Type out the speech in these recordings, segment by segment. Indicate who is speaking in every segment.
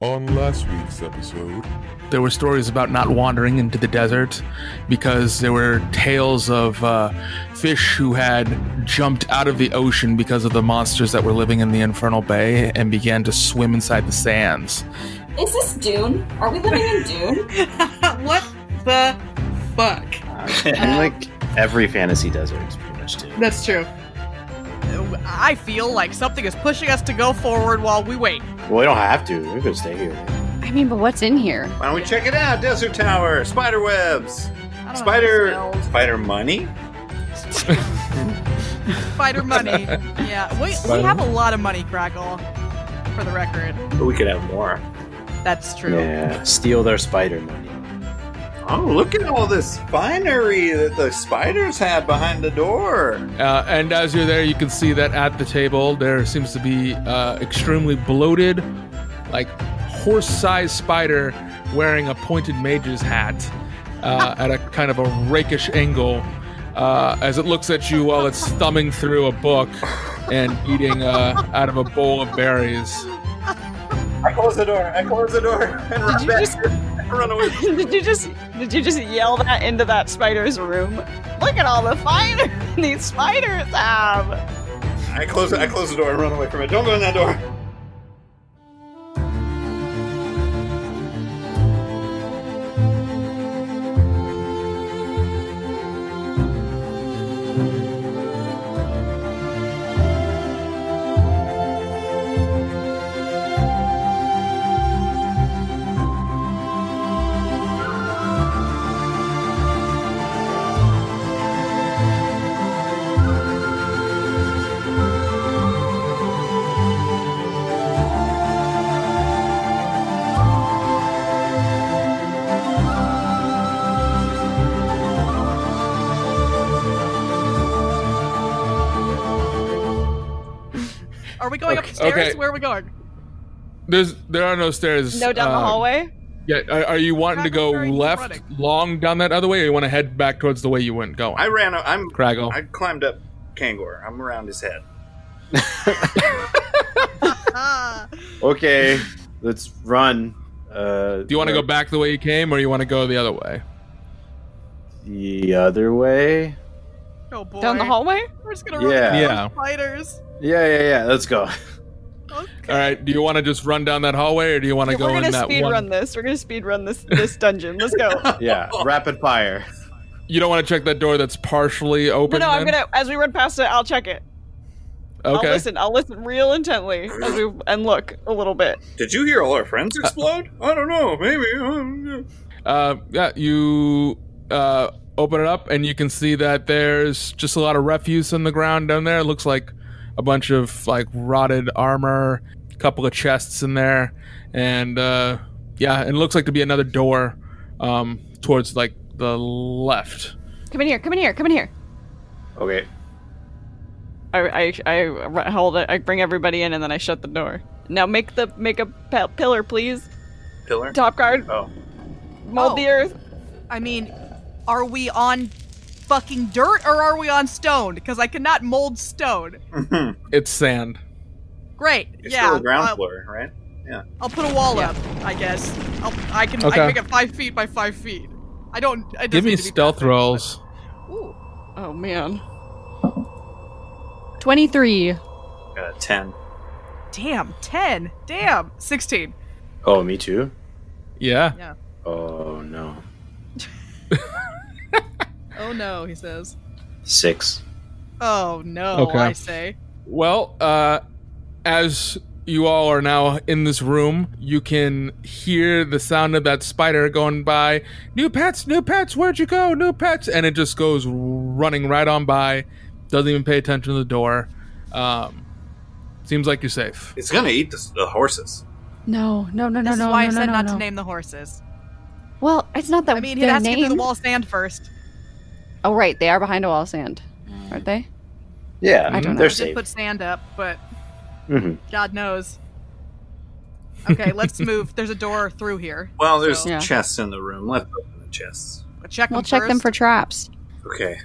Speaker 1: On last week's episode,
Speaker 2: There were stories about not wandering into the desert because there were tales of uh, fish who had jumped out of the ocean because of the monsters that were living in the Infernal Bay and began to swim inside the sands.
Speaker 3: Is this Dune? Are we living in Dune?
Speaker 4: what the fuck?
Speaker 5: and like every fantasy desert is pretty much too.
Speaker 4: That's true. I feel like something is pushing us to go forward while we wait.
Speaker 5: Well, we don't have to. We could stay here.
Speaker 6: I mean, but what's in here?
Speaker 7: Why don't we check it out? Desert Tower, spider webs, spider, spider money.
Speaker 4: Spider money. yeah, we, we have a lot of money, Crackle, for the record.
Speaker 5: But we could have more.
Speaker 4: That's true.
Speaker 5: Yeah. Steal their spider money.
Speaker 7: Oh, look at all this finery that the spiders had behind the door.
Speaker 2: Uh, and as you're there, you can see that at the table there seems to be uh, extremely bloated, like horse-sized spider wearing a pointed mage's hat uh, at a kind of a rakish angle uh, as it looks at you while it's thumbing through a book and eating uh, out of a bowl of berries.
Speaker 7: I close the door. I close the door and run
Speaker 8: you
Speaker 7: back.
Speaker 8: just-
Speaker 7: run away.
Speaker 8: did you just did you just yell that into that spider's room? Look at all the fire these spiders have.
Speaker 7: I close. I close the door and run away from it. Don't go in that door.
Speaker 4: Are we going
Speaker 2: Okay.
Speaker 4: upstairs?
Speaker 2: Okay.
Speaker 4: Where are we going?
Speaker 2: There's there are no stairs.
Speaker 8: No, down
Speaker 2: uh,
Speaker 8: the hallway.
Speaker 2: Yeah, are, are you wanting to go
Speaker 4: Crackle's very
Speaker 2: left
Speaker 4: running.
Speaker 2: long down that other way, or you want to head back towards the way you went going?
Speaker 7: I ran. o- I'm.
Speaker 2: Craggle.
Speaker 7: I climbed up Kangor. I'm around his head.
Speaker 4: Ah,
Speaker 5: Okay, let's run. Uh,
Speaker 2: Do you want to go back the way you came, or you want to go the other way?
Speaker 5: the other way?
Speaker 4: oh boy.
Speaker 8: Down the hallway.
Speaker 4: We're just gonna run
Speaker 5: Yeah.
Speaker 4: into
Speaker 2: Yeah.
Speaker 4: those spiders.
Speaker 5: Yeah, yeah, yeah. Let's go.
Speaker 4: Okay.
Speaker 2: All right. Do you want to just run down that hallway, or do you want to
Speaker 8: We're
Speaker 2: go in
Speaker 8: gonna
Speaker 2: that
Speaker 8: speed
Speaker 2: one?
Speaker 8: run this. We're gonna speed run this this dungeon. Let's go.
Speaker 5: Yeah, rapid fire.
Speaker 2: You don't want to check that door that's partially
Speaker 8: No,
Speaker 2: open.
Speaker 8: no, I'm
Speaker 2: then?
Speaker 8: gonna. As we run past it, I'll check it.
Speaker 2: Okay.
Speaker 8: I'll listen. I'll listen real intently as we and look a little bit.
Speaker 7: Did you hear all our friends explode? I don't know. Maybe. I don't know.
Speaker 2: Uh, yeah. You uh, open it up, and you can see that there's just a lot of refuse on the ground down there. It looks like a bunch of like rotted armor, a couple of chests in there, and uh, yeah, it looks like to be another door um, towards like the left.
Speaker 6: Come in here, come in here, come in here.
Speaker 5: Okay.
Speaker 8: I, I, I r- hold it. I bring everybody in, and then I shut the door. Now make the make a p- pillar, please.
Speaker 7: Pillar.
Speaker 8: Top guard,
Speaker 7: Oh.
Speaker 8: mold
Speaker 4: Oh.
Speaker 8: the earth.
Speaker 4: I mean, are we on fucking dirt or are we on stone? Because I cannot mold stone.
Speaker 2: It's sand.
Speaker 4: Great.
Speaker 7: It's
Speaker 4: yeah.
Speaker 7: still a ground
Speaker 4: uh,
Speaker 7: floor, right? Yeah.
Speaker 4: I'll put a wall up, I guess. I'll, I can
Speaker 2: Okay.
Speaker 4: I make it five feet by five feet. I don't. It doesn't
Speaker 2: Give me
Speaker 4: need to be
Speaker 2: stealth
Speaker 4: perfect, but-
Speaker 2: rolls.
Speaker 4: Ooh,
Speaker 8: Oh man.
Speaker 6: 23.
Speaker 7: Uh, Ten.
Speaker 4: damn, ten, damn, sixteen.
Speaker 5: Oh, me too.
Speaker 2: Yeah.
Speaker 5: Oh no.
Speaker 4: Oh no, he says.
Speaker 5: Six.
Speaker 4: Oh no,
Speaker 2: Okay.
Speaker 4: I say.
Speaker 2: Well, uh, as you all are now in this room, you can hear the sound of that spider going by. New pets, new pets, where'd you go? New pets. And it just goes running right on by, doesn't even pay attention to the door. Um, seems like you're safe.
Speaker 7: It's gonna eat the, s- the horses.
Speaker 6: No, no, no, no,
Speaker 4: This
Speaker 6: no.
Speaker 4: is why
Speaker 6: no,
Speaker 4: I said
Speaker 6: no,
Speaker 4: not
Speaker 6: no.
Speaker 4: to name the horses.
Speaker 6: Well, it's not that
Speaker 4: I mean, he'd
Speaker 6: their
Speaker 4: has to get
Speaker 6: name.
Speaker 4: through the wall of sand first.
Speaker 6: Oh, right. They are behind a wall of sand,
Speaker 4: Mm.
Speaker 6: aren't they?
Speaker 5: Yeah,
Speaker 6: I don't know.
Speaker 5: they're
Speaker 4: I did
Speaker 5: safe.
Speaker 4: put sand up, but
Speaker 5: hmm
Speaker 4: God knows. Okay, let's move. There's a door through here.
Speaker 7: Well, there's
Speaker 6: Yeah.
Speaker 7: chests in the room. Let's open the chests.
Speaker 4: Check
Speaker 6: We'll
Speaker 4: them
Speaker 6: check them
Speaker 4: first.
Speaker 6: for traps.
Speaker 7: Okay.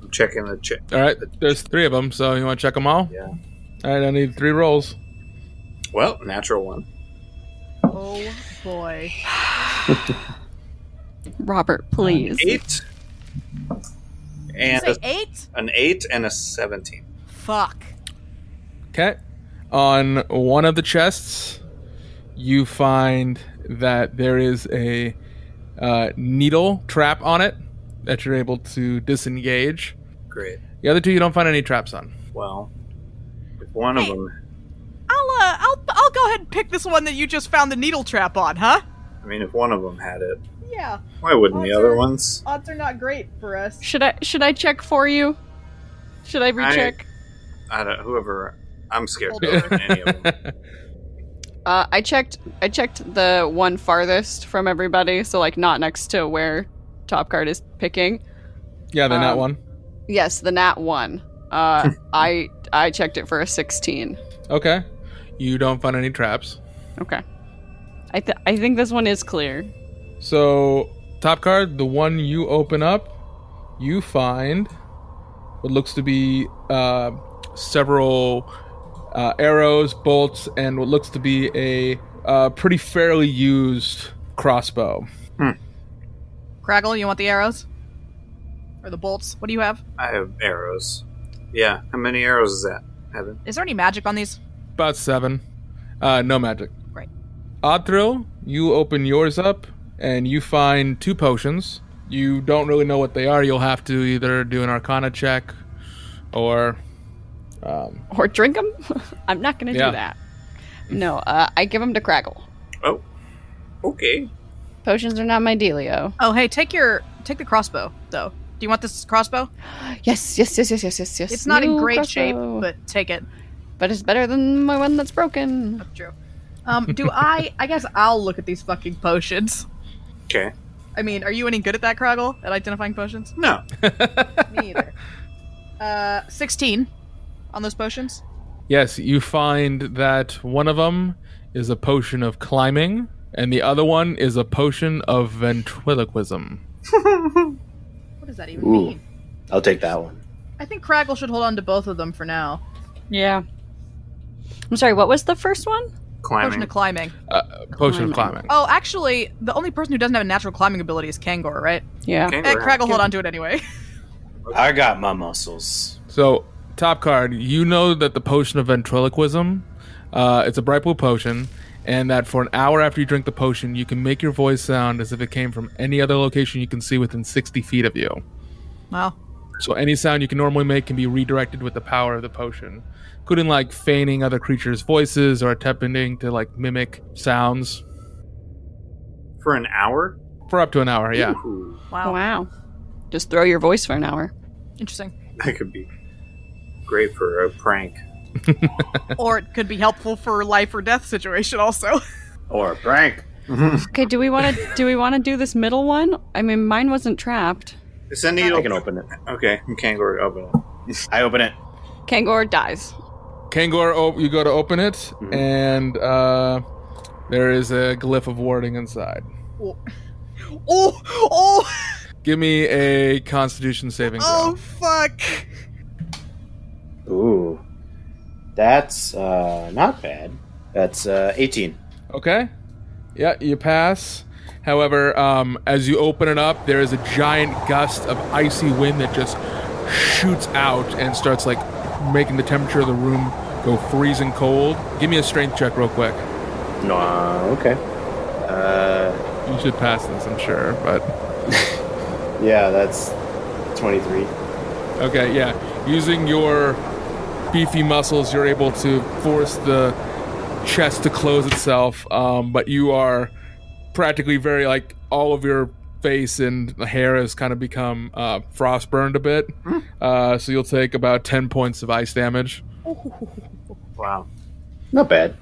Speaker 7: I'm checking the check.
Speaker 2: All right, there's three of them, so you want to check them all?
Speaker 7: Yeah.
Speaker 2: All right, I need three rolls.
Speaker 7: Well, natural one.
Speaker 4: Oh boy. Mm.
Speaker 6: Robert, please.
Speaker 7: Eight and
Speaker 4: Say
Speaker 7: a-
Speaker 4: eight?
Speaker 7: an eight and a seventeen.
Speaker 4: Fuck.
Speaker 2: Okay. On one of the chests, you find that there is a uh, needle trap on it that you're able to disengage.
Speaker 7: Great.
Speaker 2: The other two, you don't find any traps on.
Speaker 7: Well, if one of
Speaker 4: Hey.
Speaker 7: them.
Speaker 4: I'll uh, I'll I'll go ahead and pick this one that you just found the needle trap on, huh?
Speaker 7: I mean, if one of them had it,
Speaker 4: Yeah.
Speaker 7: why wouldn't the
Speaker 4: Odds
Speaker 7: other
Speaker 4: are-
Speaker 7: ones?
Speaker 4: Odds are not great for us.
Speaker 8: Should I should I check for you? Should I recheck?
Speaker 7: I don't. Whoever. I'm scared
Speaker 4: Hold
Speaker 7: to open any of them.
Speaker 8: Uh, I checked. I checked the one farthest from everybody, so like not next to where top card is picking.
Speaker 2: Yeah, they're not
Speaker 8: Um,
Speaker 2: one.
Speaker 8: Yes, the nat one. Uh, I I checked it for a sixteen.
Speaker 2: Okay. You don't find any traps.
Speaker 8: Okay. I th- I think this one is clear.
Speaker 2: So, top card, the one you open up, you find what looks to be uh, several uh, arrows, bolts, and what looks to be a uh, pretty fairly used crossbow.
Speaker 4: Craggle, you want the arrows? Or the bolts? What do you have?
Speaker 7: I have arrows. Yeah. How many arrows is that, Evan?
Speaker 4: Is there any magic on these?
Speaker 2: About seven. Uh, no magic.
Speaker 4: Right.
Speaker 2: Othrill, you open yours up and you find two potions. You don't really know what they are. You'll have to either do an arcana check or. Um,
Speaker 8: Or drink them? I'm not gonna
Speaker 2: Yeah.
Speaker 8: do that. No, uh, I give them to Craggle.
Speaker 7: Oh. Okay.
Speaker 6: Potions are not my dealio.
Speaker 4: Oh, hey, take your take the crossbow though. Do you want this crossbow?
Speaker 6: Yes, yes, yes, yes, yes, yes, yes.
Speaker 4: It's not in
Speaker 6: New
Speaker 4: great shape,
Speaker 6: crossbow.
Speaker 4: but take it.
Speaker 6: but it's better than my one that's broken.
Speaker 4: True. Um, do I? I guess I'll look at these fucking potions.
Speaker 7: Okay.
Speaker 4: I mean, are you any good at that, Craggle? At identifying potions?
Speaker 7: No.
Speaker 4: Me either. Uh, sixteen on those potions.
Speaker 2: Yes, you find that one of them is a potion of climbing, and the other one is a potion of ventriloquism.
Speaker 4: What does that even
Speaker 5: Ooh,
Speaker 4: mean?
Speaker 5: I'll take that one.
Speaker 4: I think Craggle should hold on to both of them for now.
Speaker 8: Yeah. I'm sorry. What was the first one?
Speaker 4: Potion
Speaker 7: Climbing.
Speaker 4: of climbing.
Speaker 2: Uh, potion of climbing.
Speaker 4: Oh, actually, the only person who doesn't have a natural climbing ability is Kangor, right?
Speaker 8: Yeah.
Speaker 7: Okay,
Speaker 4: And
Speaker 7: we're-
Speaker 4: Craggle hold on to it anyway.
Speaker 5: I got my muscles.
Speaker 2: So, top card, you know that the potion of ventriloquism, uh, it's a bright blue potion, and that for an hour after you drink the potion, you can make your voice sound as if it came from any other location you can see within 60 feet of you.
Speaker 4: Wow.
Speaker 2: So any sound you can normally make can be redirected with the power of the potion, including like feigning other creatures' voices or attempting to like mimic sounds
Speaker 7: For an hour?
Speaker 2: for up to an hour. Yeah.
Speaker 7: Ooh,
Speaker 4: Wow.
Speaker 8: wow. Just throw your voice for an hour.
Speaker 4: Interesting.
Speaker 7: that could be great for a prank.
Speaker 4: or it could be helpful for life or death situation also.
Speaker 5: Or a prank.
Speaker 8: Okay. Do we want to do we want to do this middle one? I mean, mine wasn't trapped.
Speaker 7: Is that
Speaker 5: I
Speaker 7: needle?
Speaker 5: can open it.
Speaker 7: Okay, you can't go open it.
Speaker 5: I open it.
Speaker 8: Kangor dies.
Speaker 2: Kangor, op- you go to open it, and uh, there is a glyph of warding inside.
Speaker 4: oh, oh,
Speaker 2: Give me a Constitution saving throw.
Speaker 4: oh, fuck.
Speaker 5: Ooh, that's uh, not bad. That's uh, 18.
Speaker 2: Okay. Yeah, you pass. However, um, as you open it up, there is a giant gust of icy wind that just shoots out and starts like making the temperature of the room go freezing cold. Give me a strength check real quick.
Speaker 5: No, uh, okay. Uh,
Speaker 2: You should pass this, I'm sure, but
Speaker 5: yeah, that's 23.
Speaker 2: okay, yeah. Using your beefy muscles, you're able to force the chest to close itself, um, but you are practically very like all of your face and hair has kind of become uh, frostburned a bit. Uh, so you'll take about 10 points of ice damage.
Speaker 7: Wow.
Speaker 5: Not bad.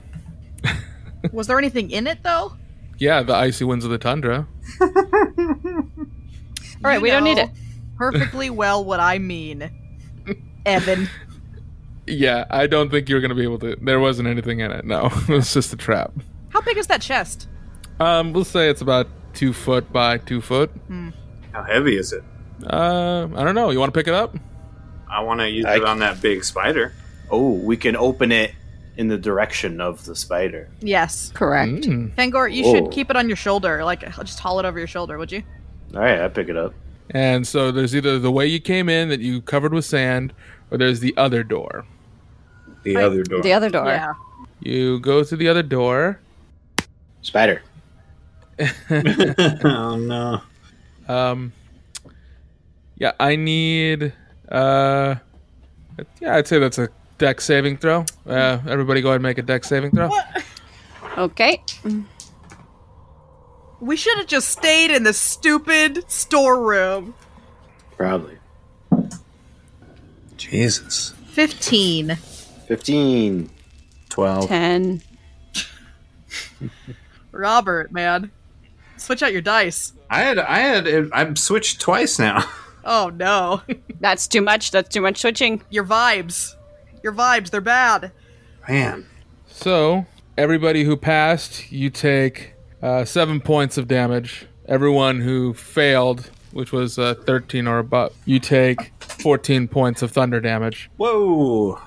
Speaker 4: Was there anything in it, though?
Speaker 2: Yeah, the icy winds of the tundra.
Speaker 8: All right.
Speaker 4: You
Speaker 8: we don't need
Speaker 4: know
Speaker 8: it.
Speaker 4: Perfectly well what I mean. Evan.
Speaker 2: Yeah, I don't think you're going to be able to. There wasn't anything in it. No, it was just a trap.
Speaker 4: How big is that chest?
Speaker 2: Um, we'll say it's about two foot by two foot.
Speaker 7: How heavy is it?
Speaker 2: Uh, I don't know. You want to pick it up?
Speaker 7: I want to use
Speaker 5: I
Speaker 7: it on that big spider.
Speaker 5: Oh, we can open it in the direction of the spider.
Speaker 4: Yes.
Speaker 6: Correct.
Speaker 2: Mm.
Speaker 4: Fangor, you
Speaker 5: Whoa.
Speaker 4: should keep it on your shoulder. Like, just haul it over your shoulder, would you?
Speaker 5: All right, Oh, I pick it up.
Speaker 2: And so there's either the way you came in that you covered with sand, or there's the other door.
Speaker 7: The
Speaker 4: I-
Speaker 7: other door.
Speaker 6: The other door.
Speaker 4: Yeah.
Speaker 2: You go through the other door.
Speaker 5: Spider.
Speaker 7: oh no.
Speaker 2: Um, yeah, I need. Uh, yeah, I'd say that's a deck saving throw. Uh, everybody, go ahead and make a deck saving throw.
Speaker 6: Okay.
Speaker 4: We should have just stayed in the stupid storeroom.
Speaker 5: Probably.
Speaker 7: Jesus.
Speaker 4: 15.
Speaker 5: 15.
Speaker 7: 12.
Speaker 6: Ten.
Speaker 4: Robert, man. Switch out your dice.
Speaker 7: I had I had I'm switched twice now.
Speaker 4: Oh, no.
Speaker 8: That's too much. That's too much switching.
Speaker 4: your vibes. Your vibes, they're bad.
Speaker 7: Man.
Speaker 2: So everybody who passed, you take uh, seven points of damage. Everyone who failed, which was uh, thirteen or above, you take fourteen points of thunder damage.
Speaker 7: Whoa.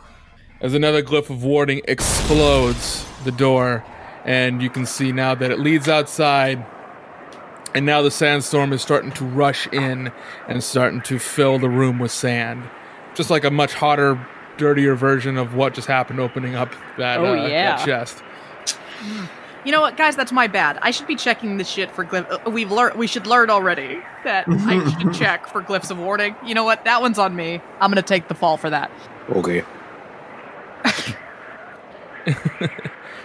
Speaker 2: As another glyph of warding explodes the door, and you can see now that it leads outside. And now the sandstorm is starting to rush in and starting to fill the room with sand. Just like a much hotter, dirtier version of what just happened opening up that,
Speaker 8: Oh,
Speaker 2: uh,
Speaker 8: yeah.
Speaker 2: that chest.
Speaker 4: You know what, guys? That's my bad. I should be checking this shit for glyph. Uh, we've learned. We should learn already that I should check for glyphs of warning. You know what? That one's on me. I'm gonna take the fall for that.
Speaker 5: Okay.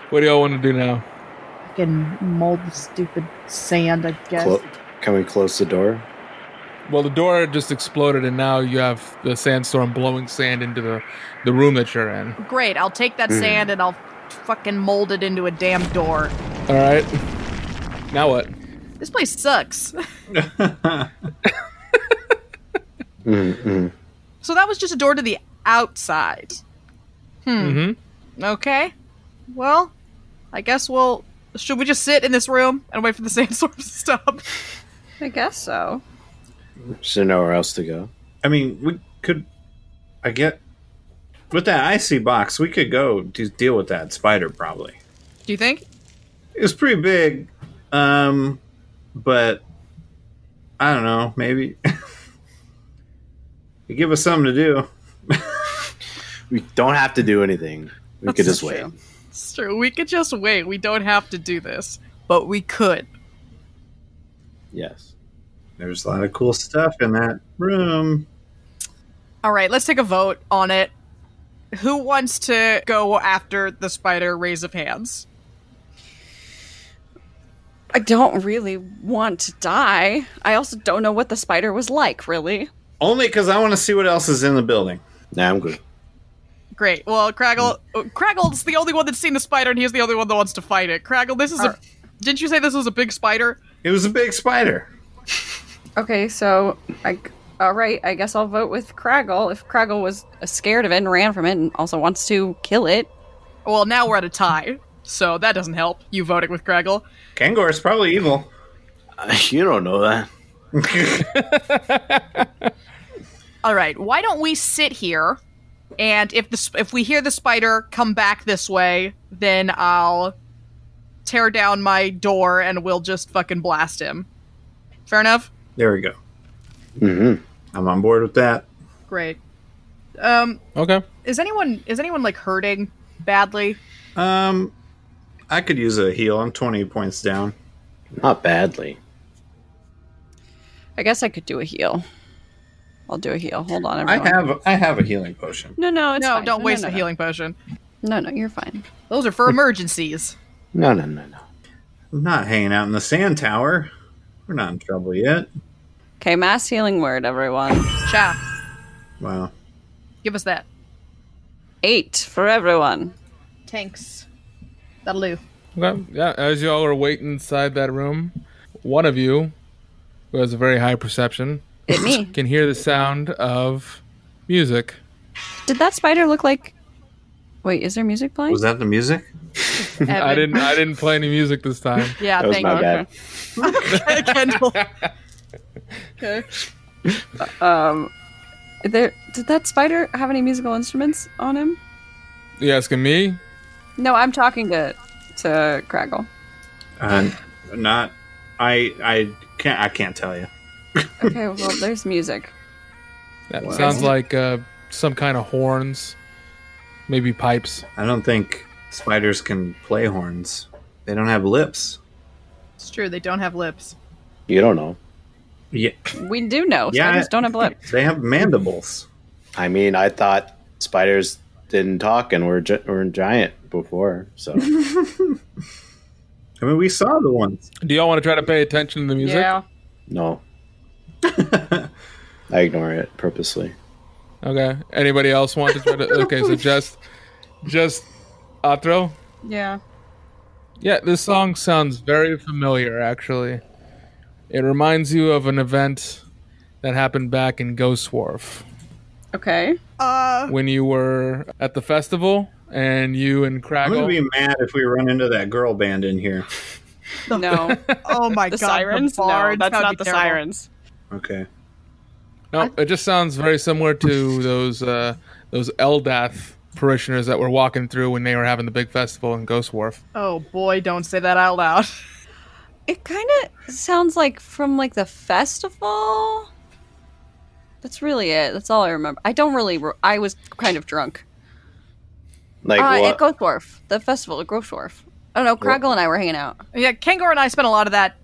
Speaker 2: What do y'all want to do now?
Speaker 4: Fucking mold the stupid sand, I guess.
Speaker 5: Clo- can we close the door?
Speaker 2: Well, the door just exploded, and now you have the sandstorm blowing sand into the, the room that you're in.
Speaker 4: Great. I'll take that sand and I'll fucking mold it into a damn door.
Speaker 2: All right. Now what?
Speaker 4: This place sucks. So that was just a door to the outside. Hmm.
Speaker 2: Mm-hmm.
Speaker 4: Okay. Well, I guess we'll. Should we just sit in this room and wait for the sandstorm to stop?
Speaker 6: I guess so.
Speaker 5: Is there nowhere else to go?
Speaker 7: I mean, we could I get with that icy box, we could go to deal with that spider probably.
Speaker 4: Do you think?
Speaker 7: It was pretty big. Um but I don't know, maybe it give us something to do.
Speaker 5: We don't have to do anything. We could just wait.
Speaker 6: true.
Speaker 4: It's true. We could just wait. We don't have to do this, but we could.
Speaker 5: Yes.
Speaker 7: There's a lot of cool stuff in that room.
Speaker 4: All right, let's take a vote on it. Who wants to go after the spider? Raise of hands.
Speaker 6: I don't really want to die. I also don't know what the spider was like, really.
Speaker 7: Only because I want to see what else is in the building.
Speaker 5: Nah, I'm good.
Speaker 4: Great. Well, Craggle, uh, Craggle's the only one that's seen the spider, and he's the only one that wants to fight it. Craggle, this is a. Didn't you say this was a big spider?
Speaker 7: It was a big spider.
Speaker 6: Okay, so I all right, I guess I'll vote with Craggle. If Craggle was scared of it and ran from it and also wants to kill it,
Speaker 4: Well, now we're at a tie, so that doesn't help. You voting with Craggle?
Speaker 7: Kangor is probably evil.
Speaker 5: you don't know that.
Speaker 4: All right. Why don't we sit here, and if the sp- if we hear the spider come back this way, then I'll tear down my door and we'll just fucking blast him. Fair enough.
Speaker 7: There we go.
Speaker 5: Mm-hmm.
Speaker 7: I'm on board with that.
Speaker 4: Great. Um,
Speaker 2: Okay.
Speaker 4: is anyone is anyone like hurting badly?
Speaker 7: Um, I could use a heal. I'm 20 points down.
Speaker 5: Not badly.
Speaker 6: I guess I could do a heal. I'll do a heal. Hold on,
Speaker 7: I
Speaker 6: everyone.
Speaker 7: have I have a healing potion.
Speaker 6: no, no, it's
Speaker 4: no,
Speaker 6: fine.
Speaker 4: don't waste
Speaker 6: no,
Speaker 4: a
Speaker 6: no.
Speaker 4: healing potion.
Speaker 6: No, no, you're fine.
Speaker 4: Those are for emergencies.
Speaker 5: No, no, no, no.
Speaker 7: I'm not hanging out in the sand tower. We're not in trouble yet.
Speaker 6: Okay, mass healing word, everyone.
Speaker 4: Cha,
Speaker 7: Wow.
Speaker 4: give us that.
Speaker 6: Eight for everyone.
Speaker 4: Tanks. That'll do.
Speaker 2: Okay. Yeah. As y'all are waiting inside that room, one of you, who has a very high perception,
Speaker 6: It me.
Speaker 2: can hear the sound of music.
Speaker 6: Did that spider look like? Wait, is there music playing?
Speaker 7: Was that the music?
Speaker 2: I didn't. I didn't play any music this time.
Speaker 4: Yeah,
Speaker 5: That was
Speaker 4: thank
Speaker 5: my
Speaker 4: you,
Speaker 5: bad.
Speaker 4: Kendall.
Speaker 6: Um, there. Did that spider have any musical instruments on him?
Speaker 2: You asking me?
Speaker 6: No, I'm talking to to Craggle.
Speaker 7: Uh, not. I. I can't. I can't tell you.
Speaker 6: Okay, well, there's music.
Speaker 2: That sounds like uh, some kind of horns, maybe pipes.
Speaker 7: I don't think spiders can play horns. They don't have lips.
Speaker 4: It's true. They don't have lips.
Speaker 5: You don't know.
Speaker 7: Yeah.
Speaker 6: We do know.
Speaker 7: Yeah,
Speaker 6: Spiders
Speaker 7: I-
Speaker 6: don't have lips.
Speaker 7: They have mandibles.
Speaker 5: I mean, I thought spiders didn't talk and were gi- were giant before. So
Speaker 7: I mean, we saw the ones.
Speaker 2: Do y'all want to try to pay attention to the music?
Speaker 4: Yeah.
Speaker 5: no, I ignore it purposely.
Speaker 2: Okay. Anybody else want to try to? Okay, so just, just, Atro.
Speaker 6: Yeah.
Speaker 2: Yeah, this song sounds very familiar. Actually, it reminds you of an event that happened back in Ghost Wharf
Speaker 6: Okay.
Speaker 4: Uh,
Speaker 2: when you were at the festival and you and
Speaker 7: I'm gonna
Speaker 2: Craggle.
Speaker 7: be mad if we run into that girl band in here.
Speaker 6: No.
Speaker 4: oh my
Speaker 8: The
Speaker 4: god.
Speaker 8: sirens?
Speaker 4: The
Speaker 8: no,
Speaker 4: bards,
Speaker 8: that's
Speaker 4: that would
Speaker 8: not
Speaker 4: be
Speaker 8: the
Speaker 4: terrible.
Speaker 8: sirens.
Speaker 7: Okay.
Speaker 2: no, it just sounds very similar to those uh, those Eldath parishioners that were walking through when they were having the big festival in Ghost Wharf.
Speaker 4: Oh boy, don't say that out loud.
Speaker 6: It kind of sounds like from like the festival. That's really it. That's all I remember. I don't really. Re- I was kind of drunk.
Speaker 5: Like
Speaker 6: uh,
Speaker 5: what?
Speaker 6: at Growth Dwarf, the festival at Growth Dwarf. Oh no, Craggle and I were hanging out.
Speaker 4: Yeah, Kangor and I spent a lot of that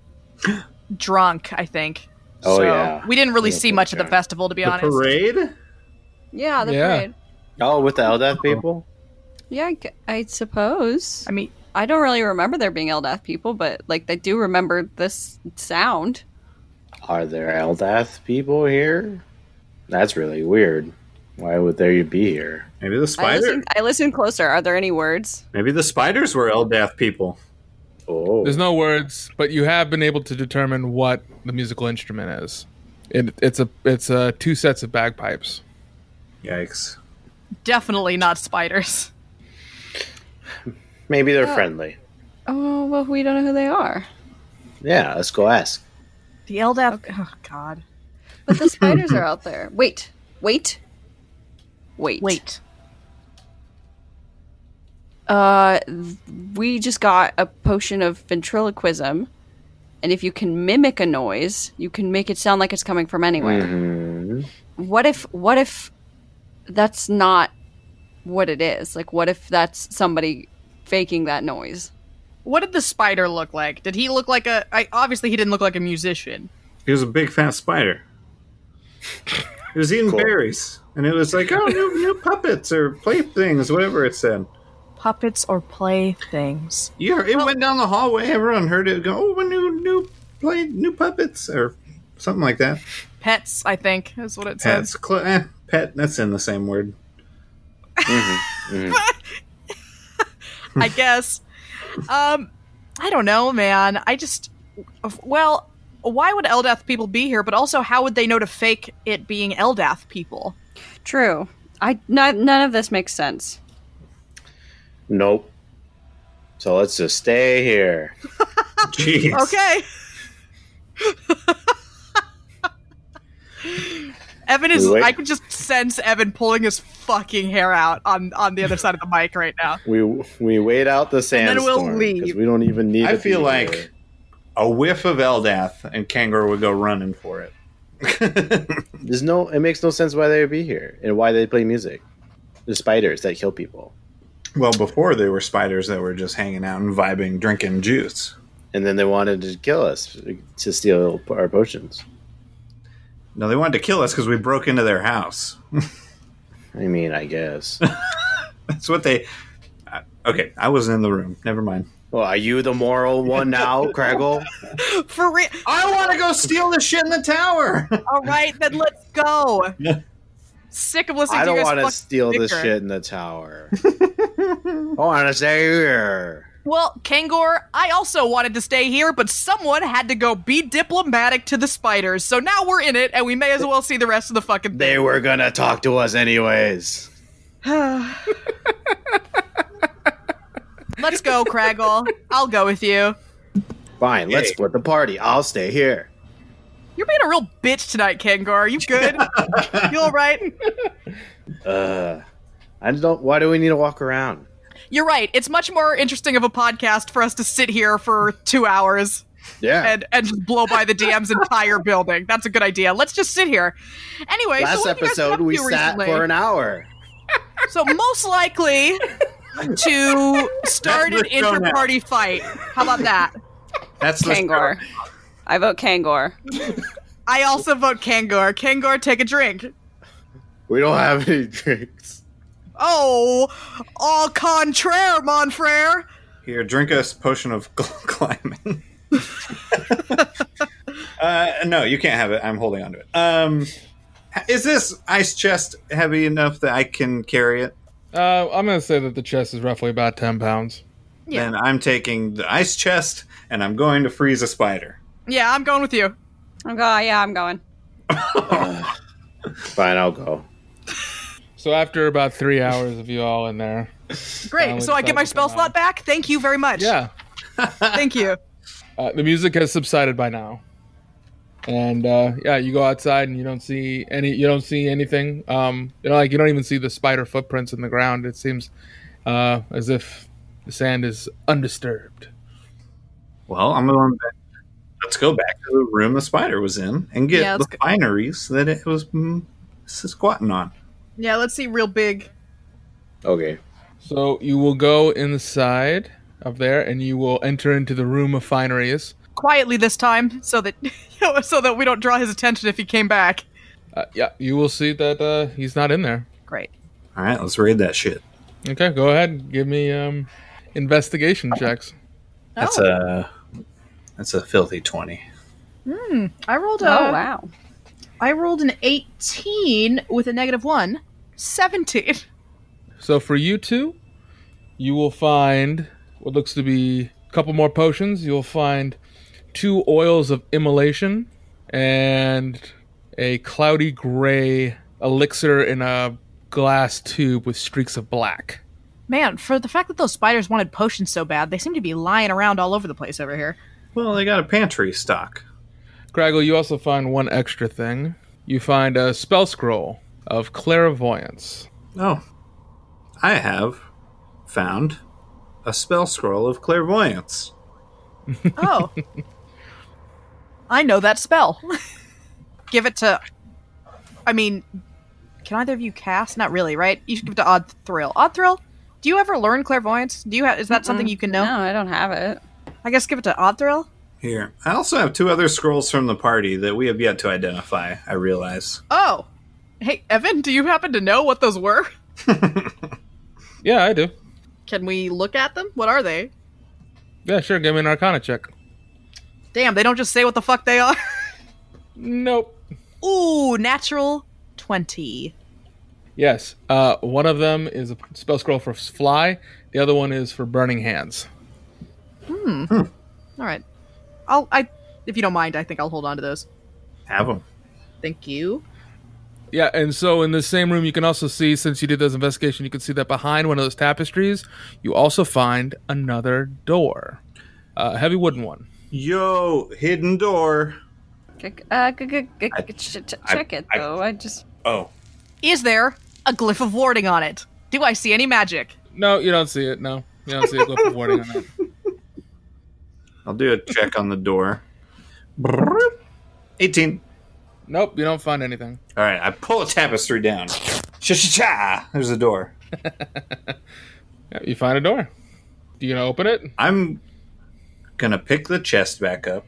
Speaker 4: drunk, I think.
Speaker 5: Oh,
Speaker 4: so
Speaker 5: yeah.
Speaker 4: We didn't really
Speaker 5: Yeah,
Speaker 4: see much of the
Speaker 5: okay.
Speaker 4: festival, to be
Speaker 7: The
Speaker 4: honest.
Speaker 7: parade?
Speaker 6: Yeah, the
Speaker 2: Yeah.
Speaker 6: parade.
Speaker 5: oh, with the Eldath people.
Speaker 6: Yeah, I, gu- I suppose.
Speaker 4: I mean,
Speaker 6: I don't really remember there being Eldath people, but like I do remember this sound.
Speaker 5: Are there Eldath people here? That's really weird. Why would there be here?
Speaker 7: Maybe the
Speaker 6: I
Speaker 7: spider.
Speaker 6: listened, I listened closer. Are there any words?
Speaker 7: Maybe the spiders were Eldath people.
Speaker 5: Oh,
Speaker 2: There's no words, but you have been able to determine what the musical instrument is. It, it's a it's a two sets of bagpipes.
Speaker 7: Yikes.
Speaker 4: definitely not spiders.
Speaker 5: maybe they're friendly.
Speaker 6: Oh well, we don't know who they are.
Speaker 5: Yeah, let's go ask.
Speaker 4: The Eldath. Oh God.
Speaker 6: But the spiders are out there. Wait, wait, wait,
Speaker 4: Wait.
Speaker 6: Uh, th- we just got a potion of ventriloquism, and if you can mimic a noise, you can make it sound like it's coming from anywhere. What if? What if? That's not what it is. Like, what if that's somebody faking that noise?
Speaker 4: What did the spider look like? Did he look like a? I, obviously, he didn't look like a musician.
Speaker 7: He was a big fat spider. It was eating berries. And it was like, oh, new, new puppets or playthings, whatever it said.
Speaker 4: Puppets or playthings.
Speaker 7: Yeah, it went down the hallway. Everyone heard it go, oh, new, new, play, new puppets or something like that.
Speaker 4: Pets, I think, is what it says.
Speaker 7: Pets. Cl- eh, pet, that's in the same word.
Speaker 4: I guess. Um, I don't know, man. I just, well, why would Eldath people be here? But also, how would they know to fake it being Eldath people?
Speaker 6: True. I not, none of this makes sense.
Speaker 5: Nope. So let's just stay here.
Speaker 7: Jeez.
Speaker 4: Okay. Evan is.
Speaker 5: Wait.
Speaker 4: I could just sense Evan pulling his fucking hair out on on the other side of the mic right now.
Speaker 5: We we wait out the
Speaker 4: then we'll
Speaker 5: sandstorm because
Speaker 4: leave.
Speaker 5: we don't even need.
Speaker 7: I
Speaker 5: to
Speaker 7: feel
Speaker 5: be
Speaker 7: like
Speaker 5: here.
Speaker 7: a whiff of Eldath and Kangor would go running for it.
Speaker 5: there's no. It makes no sense why they would be here and why they play music. The spiders that kill people,
Speaker 7: Well, before they were spiders that were just hanging out and vibing, drinking juice.
Speaker 5: and then they wanted to kill us to steal our potions.
Speaker 7: No, they wanted to kill us because we broke into their house.
Speaker 5: I mean, I guess.
Speaker 7: That's what they. I- Okay, I wasn't in the room. Never mind.
Speaker 5: well, are you the moral one now, Craggle?
Speaker 4: For real.
Speaker 7: I want to go steal the shit in the tower.
Speaker 4: All right, then let's go. Sick of listening
Speaker 5: I
Speaker 4: to
Speaker 5: don't
Speaker 4: you guys.
Speaker 5: want to
Speaker 4: fucking
Speaker 5: steal this
Speaker 4: bicker.
Speaker 5: shit in the tower. I want to stay here.
Speaker 4: Well, Kangor, I also wanted to stay here, but someone had to go be diplomatic to the spiders, so now we're in it, and we may as well see the rest of the fucking
Speaker 5: They
Speaker 4: thing.
Speaker 5: were gonna talk to us anyways.
Speaker 4: Let's go, Craggle. I'll go with you.
Speaker 5: Fine, let's
Speaker 7: Yay.
Speaker 5: split the party. I'll stay here.
Speaker 4: You're being a real bitch tonight, Kangor. You good? you all right?
Speaker 5: Uh, I don't. Why do we need to walk around?
Speaker 4: You're right. It's much more interesting of a podcast for us to sit here for two hours
Speaker 5: Yeah.
Speaker 4: and, and just blow by the DM's entire building. That's a good idea. Let's just sit here. Anyway, so
Speaker 5: Last
Speaker 4: what have you guys been
Speaker 5: episode,
Speaker 4: up
Speaker 5: we
Speaker 4: to
Speaker 5: sat
Speaker 4: recently?
Speaker 5: for an hour.
Speaker 4: So most likely to start an
Speaker 7: That's the show now.
Speaker 4: inter-party fight. How about that?
Speaker 7: That's the
Speaker 6: Kangor. I vote Kangor.
Speaker 4: I also vote Kangor. Kangor, take a drink.
Speaker 5: We don't have any drinks.
Speaker 4: Oh, all contraire, mon frere.
Speaker 7: Here, drink us potion of gl- climbing. uh, no, you can't have it. I'm holding onto it. Um, is this ice chest heavy enough that I can carry it?
Speaker 2: Uh, I'm gonna say that the chest is roughly about ten pounds.
Speaker 4: Yeah.
Speaker 7: Then I'm taking the ice chest and I'm going to freeze a spider.
Speaker 4: Yeah, I'm going with you.
Speaker 6: I'm going. Yeah, I'm going.
Speaker 5: Fine, I'll go.
Speaker 2: So after about three hours of you all in there,
Speaker 4: Great.
Speaker 2: Finally
Speaker 4: So I get my
Speaker 2: decided to
Speaker 4: spell
Speaker 2: come
Speaker 4: slot
Speaker 2: out.
Speaker 4: back. Thank you very much.
Speaker 2: yeah,
Speaker 4: Thank you.
Speaker 2: uh, the music has subsided by now, and uh, yeah, you go outside and you don't see any. You don't see anything. Um, you know, like you don't even see the spider footprints in the ground. It seems uh, as if the sand is undisturbed.
Speaker 7: Well, I'm going back. Let's go back to the room the spider was in and get
Speaker 4: Yeah, let's
Speaker 7: the fineries that it was mm, squatting on.
Speaker 4: Yeah, let's see real big.
Speaker 5: Okay.
Speaker 2: So you will go inside of there, and you will enter into the room of fineries.
Speaker 4: Quietly this time, so that so that we don't draw his attention if he came back.
Speaker 2: Uh, yeah, you will see that uh, he's not in there.
Speaker 4: Great.
Speaker 7: All right, let's raid that shit.
Speaker 2: Okay, go ahead. and Give me um, investigation checks.
Speaker 7: That's
Speaker 4: Oh.
Speaker 7: a that's a filthy twenty.
Speaker 4: I rolled a
Speaker 6: Oh wow.
Speaker 4: I rolled an 18 with a negative 1. 17.
Speaker 2: So for you two, you will find what looks to be a couple more potions. You'll find two oils of immolation and a cloudy gray elixir in a glass tube with streaks of black.
Speaker 4: Man, for the fact that those spiders wanted potions so bad, they seem to be lying around all over the place over here.
Speaker 7: Well, they got a pantry stock.
Speaker 2: Craggle, you also find one extra thing. You find a spell scroll of clairvoyance.
Speaker 7: Oh, I have found a spell scroll of clairvoyance.
Speaker 4: Oh. I know that spell. give it to. I mean, can either of you cast? Not really, right? You should give it to Odd Thrill. Odd Thrill, do you ever learn clairvoyance? Do you have? Is that something you can know?
Speaker 6: No, I don't have it.
Speaker 4: I guess give it to Odd Thrill.
Speaker 7: Here, I also have two other scrolls from the party that we have yet to identify. I realize.
Speaker 4: Oh, hey Evan, do you happen to know what those were?
Speaker 2: Yeah, I do.
Speaker 4: Can we look at them? What are they?
Speaker 2: Yeah, sure. Give me an arcana check.
Speaker 4: Damn, they don't just say what the fuck they are.
Speaker 2: Nope.
Speaker 4: Ooh, natural 20.
Speaker 2: Yes. Uh, one of them is a spell scroll for fly. The other one is for burning hands.
Speaker 4: All right. I'll I if you don't mind, I think I'll hold on to those.
Speaker 7: Have them.
Speaker 4: Thank you.
Speaker 2: Yeah, and so in the same room, you can also see, since you did this investigation, you can see that behind one of those tapestries, you also find another door, uh, a heavy wooden one.
Speaker 7: Yo, hidden door.
Speaker 6: G- Uh, g- g- g- g- ch- ch-
Speaker 7: I-
Speaker 6: check it
Speaker 7: I-
Speaker 6: though. I just
Speaker 7: Oh,
Speaker 4: Is there a glyph of warding on it? Do I see any magic?
Speaker 2: No, you don't see it. No, you don't see a glyph of warding on it.
Speaker 7: I'll do a check on the door. Eighteen.
Speaker 2: Nope, you don't find anything.
Speaker 7: All right, I pull a tapestry down. Cha-cha-cha! There's a door.
Speaker 2: Yeah, you find a door. You gonna open it?
Speaker 7: I'm gonna pick the chest back up,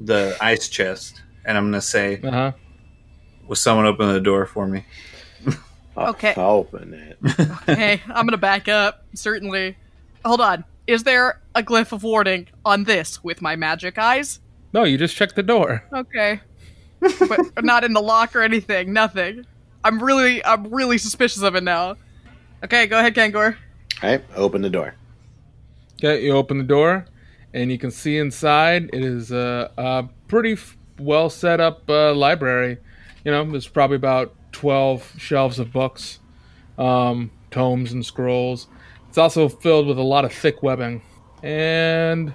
Speaker 7: the ice chest, and I'm gonna say,
Speaker 2: Uh huh.
Speaker 7: "Will someone open the door for me?"
Speaker 5: I'll
Speaker 4: Okay.
Speaker 5: open it.
Speaker 4: hey, I'm gonna back up, certainly. Hold on. Is there a glyph of warding on this with my magic eyes?
Speaker 2: No, you just check the door.
Speaker 4: Okay. but not in the lock or anything, nothing. I'm really I'm really suspicious of it now. Okay, go ahead, Kangor.
Speaker 5: All right, open the door.
Speaker 2: Okay, you open the door, and you can see inside. It is a, a pretty f- well set up uh, library. You know, there's probably about twelve shelves of books, um, tomes, and scrolls. It's also filled with a lot of thick webbing. And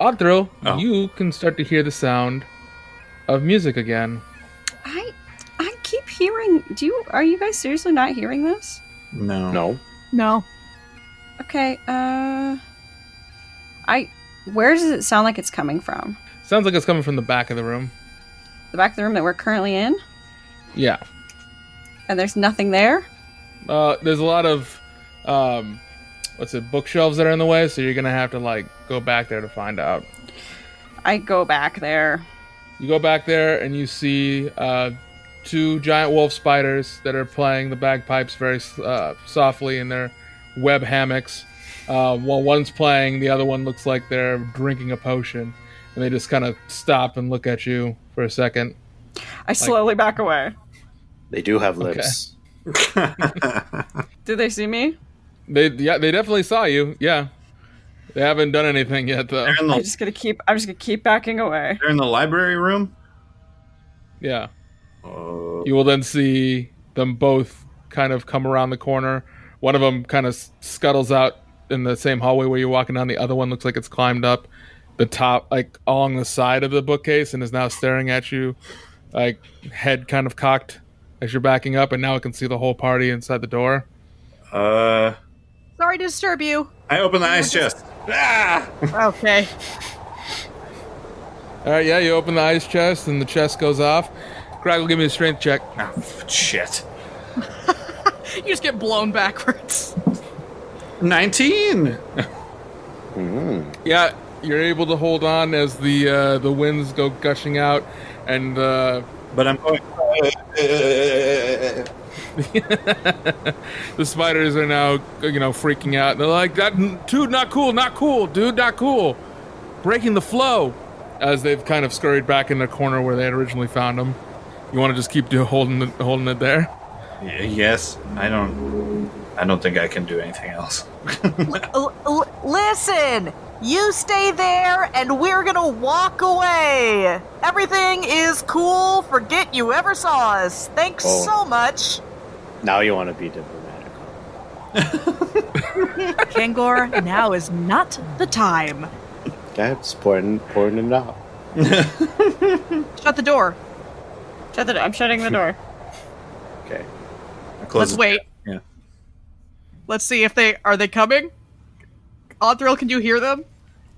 Speaker 2: Oddthrill,
Speaker 7: Oh.
Speaker 2: you can start to hear the sound of music again.
Speaker 6: I I keep hearing. Do you are you guys seriously not hearing this?
Speaker 7: No.
Speaker 5: No.
Speaker 4: No.
Speaker 6: Okay. Uh, I. Where does it sound like it's coming from?
Speaker 2: Sounds like it's coming from the back of the room.
Speaker 6: The back of the room that we're currently in,
Speaker 2: Yeah.
Speaker 6: and there's nothing there.
Speaker 2: Uh, there's a lot of, um, what's it, bookshelves that are in the way, so you're gonna have to like go back there to find out.
Speaker 6: I go back there.
Speaker 2: You go back there and you see uh, two giant wolf spiders that are playing the bagpipes very uh, softly in their web hammocks. Uh, while one's playing, the other one looks like they're drinking a potion, and they just kind of stop and look at you for a second.
Speaker 6: I slowly back away.
Speaker 5: They do have lips.
Speaker 8: Do they see me?
Speaker 2: They yeah, they definitely saw you. Yeah, they haven't done anything yet though.
Speaker 7: They're in
Speaker 8: I'm
Speaker 7: the,
Speaker 8: just gonna keep. I'm just gonna keep backing away.
Speaker 7: they're in the library room.
Speaker 2: Yeah. You will then see them both kind of come around the corner. One of them kind of scuttles out in the same hallway where you're walking down. The other one looks like it's climbed up the top, like along the side of the bookcase, and is now staring at you, like head kind of cocked as you're backing up. And now I can see the whole party inside the door.
Speaker 7: Uh,
Speaker 4: Sorry to disturb you.
Speaker 7: I open the ice chest. Ah!
Speaker 4: Okay.
Speaker 2: All right, yeah, you open the ice chest, and the chest goes off. Greg will give me a strength check.
Speaker 7: Oh, Shit.
Speaker 4: You just get blown backwards.
Speaker 7: 19!
Speaker 2: Yeah, you're able to hold on as the uh, the winds go gushing out, and uh,
Speaker 7: But I'm going.
Speaker 2: the spiders are now, you know, freaking out. They're like, "That dude, not cool, not cool, dude, not cool," breaking the flow as they've kind of scurried back in the corner where they had originally found them. You want to just keep do, holding it, holding it there?
Speaker 7: Y- yes, I don't. I don't think I can do anything else.
Speaker 4: listen, you stay there, and we're gonna walk away. Everything is cool. Forget you ever saw us. Thanks
Speaker 5: Oh. so
Speaker 4: much.
Speaker 5: Now you want to be diplomatic.
Speaker 4: Kangor, now is not the time.
Speaker 5: Okay, just pouring, pouring it out.
Speaker 4: Shut the door.
Speaker 8: Shut the door. I'm shutting the door.
Speaker 5: Okay.
Speaker 7: I close
Speaker 4: Let's
Speaker 7: it.
Speaker 4: wait.
Speaker 7: Yeah.
Speaker 4: Let's see if they are they coming. Odd thrill, can you hear them?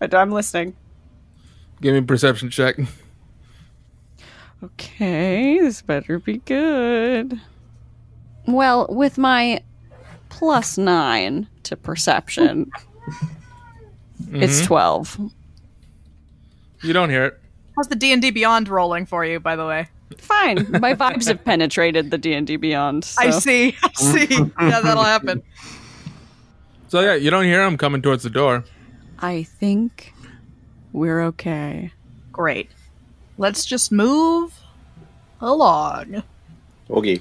Speaker 8: I- I'm listening.
Speaker 2: Give me a perception check.
Speaker 8: Okay, this better be good.
Speaker 6: Well, with my plus nine to perception, it's twelve.
Speaker 2: You don't hear it.
Speaker 4: How's the D and D Beyond rolling for you? By the way,
Speaker 6: Fine.
Speaker 8: My vibes have penetrated the D and D Beyond. So.
Speaker 4: I see. I see. yeah, that'll happen.
Speaker 2: So yeah, you don't hear them coming towards the door.
Speaker 6: I think we're okay.
Speaker 4: Great. Let's just move along.
Speaker 5: Okay.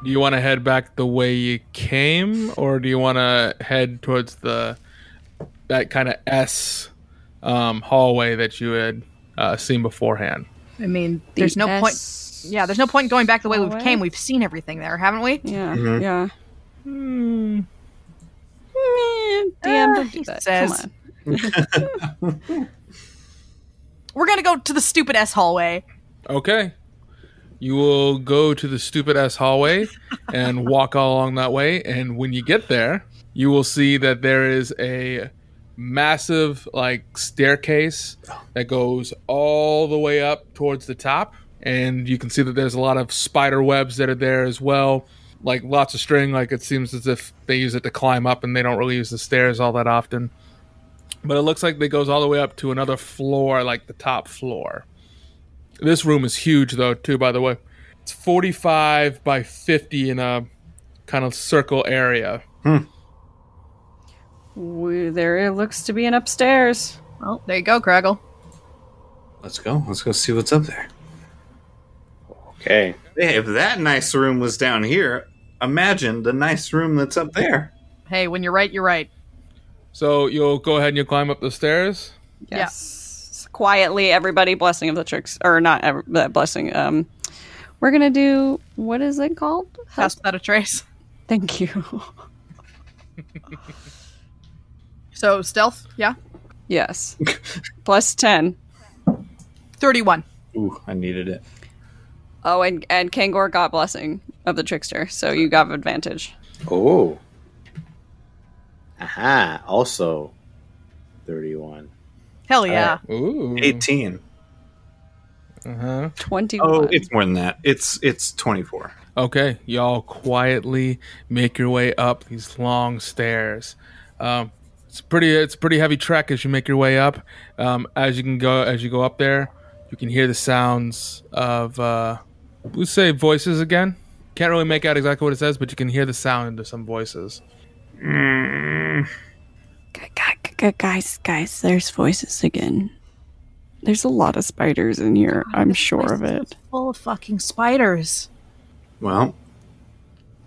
Speaker 2: Do you want to head back the way you came, or do you want to head towards the that kind of S um, hallway that you had uh, seen beforehand?
Speaker 4: I mean, there's no point. Yeah, there's no point in going back the way we came. We've seen everything there, haven't we?
Speaker 6: Yeah, yeah.
Speaker 2: Hmm.
Speaker 6: Meh, DM,
Speaker 4: Ah,
Speaker 6: don't do
Speaker 4: he
Speaker 6: that.
Speaker 4: says.
Speaker 6: Come on.
Speaker 4: We're gonna go to the stupid S hallway.
Speaker 2: Okay. You will go to the stupid ass hallway and walk all along that way. And when you get there, you will see that there is a massive like staircase that goes all the way up towards the top. And you can see that there's a lot of spider webs that are there as well. Like lots of string. Like it seems as if they use it to climb up and they don't really use the stairs all that often. But it looks like it goes all the way up to another floor, like the top floor. This room is huge, though, too, by the way. It's 45 by 50 in a kind of circle area.
Speaker 8: We, there looks to be an upstairs.
Speaker 4: Well, there you go, Craggle.
Speaker 7: Let's go. Let's go see what's up there.
Speaker 5: Okay.
Speaker 7: Hey, if that nice room was down here, imagine the nice room that's up there.
Speaker 4: Hey, when you're right, you're right.
Speaker 2: So you'll go ahead and you climb up the stairs.
Speaker 6: Yes. Quietly, everybody, blessing of the tricks, or not ever, uh, blessing. Um, we're gonna do what is it called? Help.
Speaker 4: Pass without a trace.
Speaker 6: Thank you.
Speaker 4: So stealth, yeah,
Speaker 6: yes. Plus ten.
Speaker 4: thirty-one.
Speaker 7: Ooh, I needed it.
Speaker 6: Oh, and and Kangor got blessing of the trickster, so you got advantage.
Speaker 5: Oh. Aha. Also 31.
Speaker 4: Hell yeah.
Speaker 2: Ooh.
Speaker 7: 18.
Speaker 2: Uh-huh.
Speaker 6: Twenty-one.
Speaker 7: Oh, it's more than that. It's it's 24.
Speaker 2: Okay, y'all quietly make your way up these long stairs. Um, it's pretty. It's a pretty heavy trek as you make your way up. Um, as you can go, as you go up there, you can hear the sounds of uh, let's say voices again. Can't really make out exactly what it says, but you can hear the sound of some voices.
Speaker 6: Gu- gu- gu- guys, guys, there's voices again. There's a lot of spiders in here. I'm sure of it.
Speaker 4: Full of fucking spiders.
Speaker 7: Well,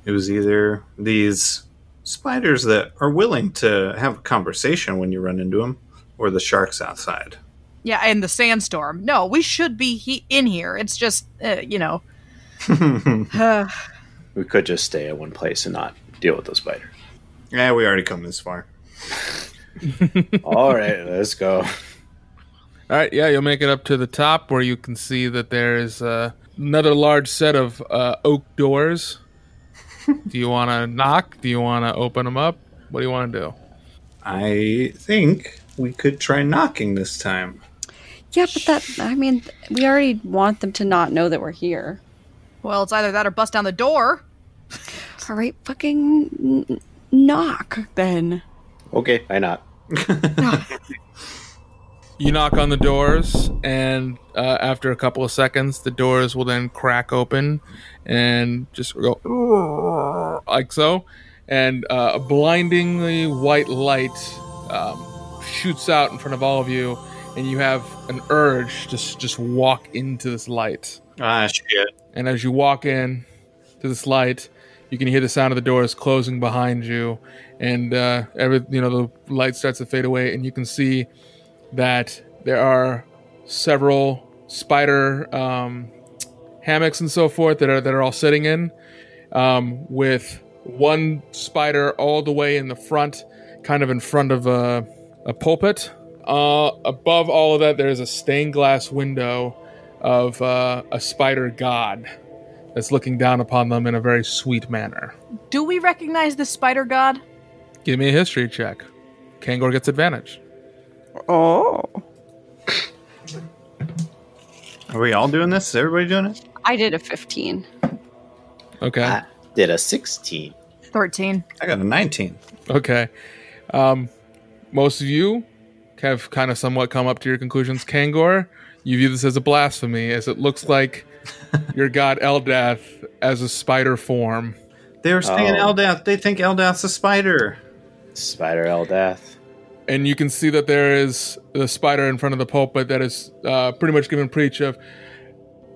Speaker 7: it was either these spiders that are willing to have a conversation when you run into them, or the sharks outside.
Speaker 4: Yeah, and the sandstorm. No, we should be he- in here. It's just, uh, you know. Uh,
Speaker 5: We could just stay at one place and not deal with the spider.
Speaker 7: Yeah, we already come this far.
Speaker 5: All right, let's go.
Speaker 2: All right, yeah, you'll make it up to the top where you can see that there is uh, another large set of uh, oak doors. do you want to knock? Do you want to open them up? What do you want to do?
Speaker 7: I think we could try knocking this time.
Speaker 6: Yeah, but that, I mean, th- we already want them to not know that we're here.
Speaker 4: well, it's either that or bust down the door.
Speaker 6: All right, fucking n- n- knock then.
Speaker 5: Okay, I not.
Speaker 2: You knock on the doors, and uh, after a couple of seconds, the doors will then crack open and just go like so. And uh, a blindingly white light um, shoots out in front of all of you, and you have an urge to s- just walk into this light.
Speaker 7: Ah, shit.
Speaker 2: And as you walk in to this light, you can hear the sound of the doors closing behind you, and uh, every you know the light starts to fade away, and you can see that there are several spider um, hammocks and so forth that are that are all sitting in, um, with one spider all the way in the front, kind of in front of a, a pulpit. Uh, above all of that, there is a stained glass window of uh, a spider god that's looking down upon them in a very sweet manner.
Speaker 4: Do we recognize this spider god?
Speaker 2: Give me a history check. Kangor gets advantage.
Speaker 6: Oh.
Speaker 7: Are we all doing this? Is everybody doing it?
Speaker 6: I did a 15.
Speaker 2: Okay.
Speaker 5: I did a 16.
Speaker 4: 13.
Speaker 7: I got a 19.
Speaker 2: Okay. Um, most of you have kind of somewhat come up to your conclusions. Kangor, you view this as a blasphemy, as it looks like your god Eldath as a spider form.
Speaker 7: They're saying
Speaker 5: Oh.
Speaker 7: Eldath. They think Eldath's a spider.
Speaker 5: Spider Eldath.
Speaker 2: and you can see that there is the spider in front of the pulpit that is uh, pretty much giving preach of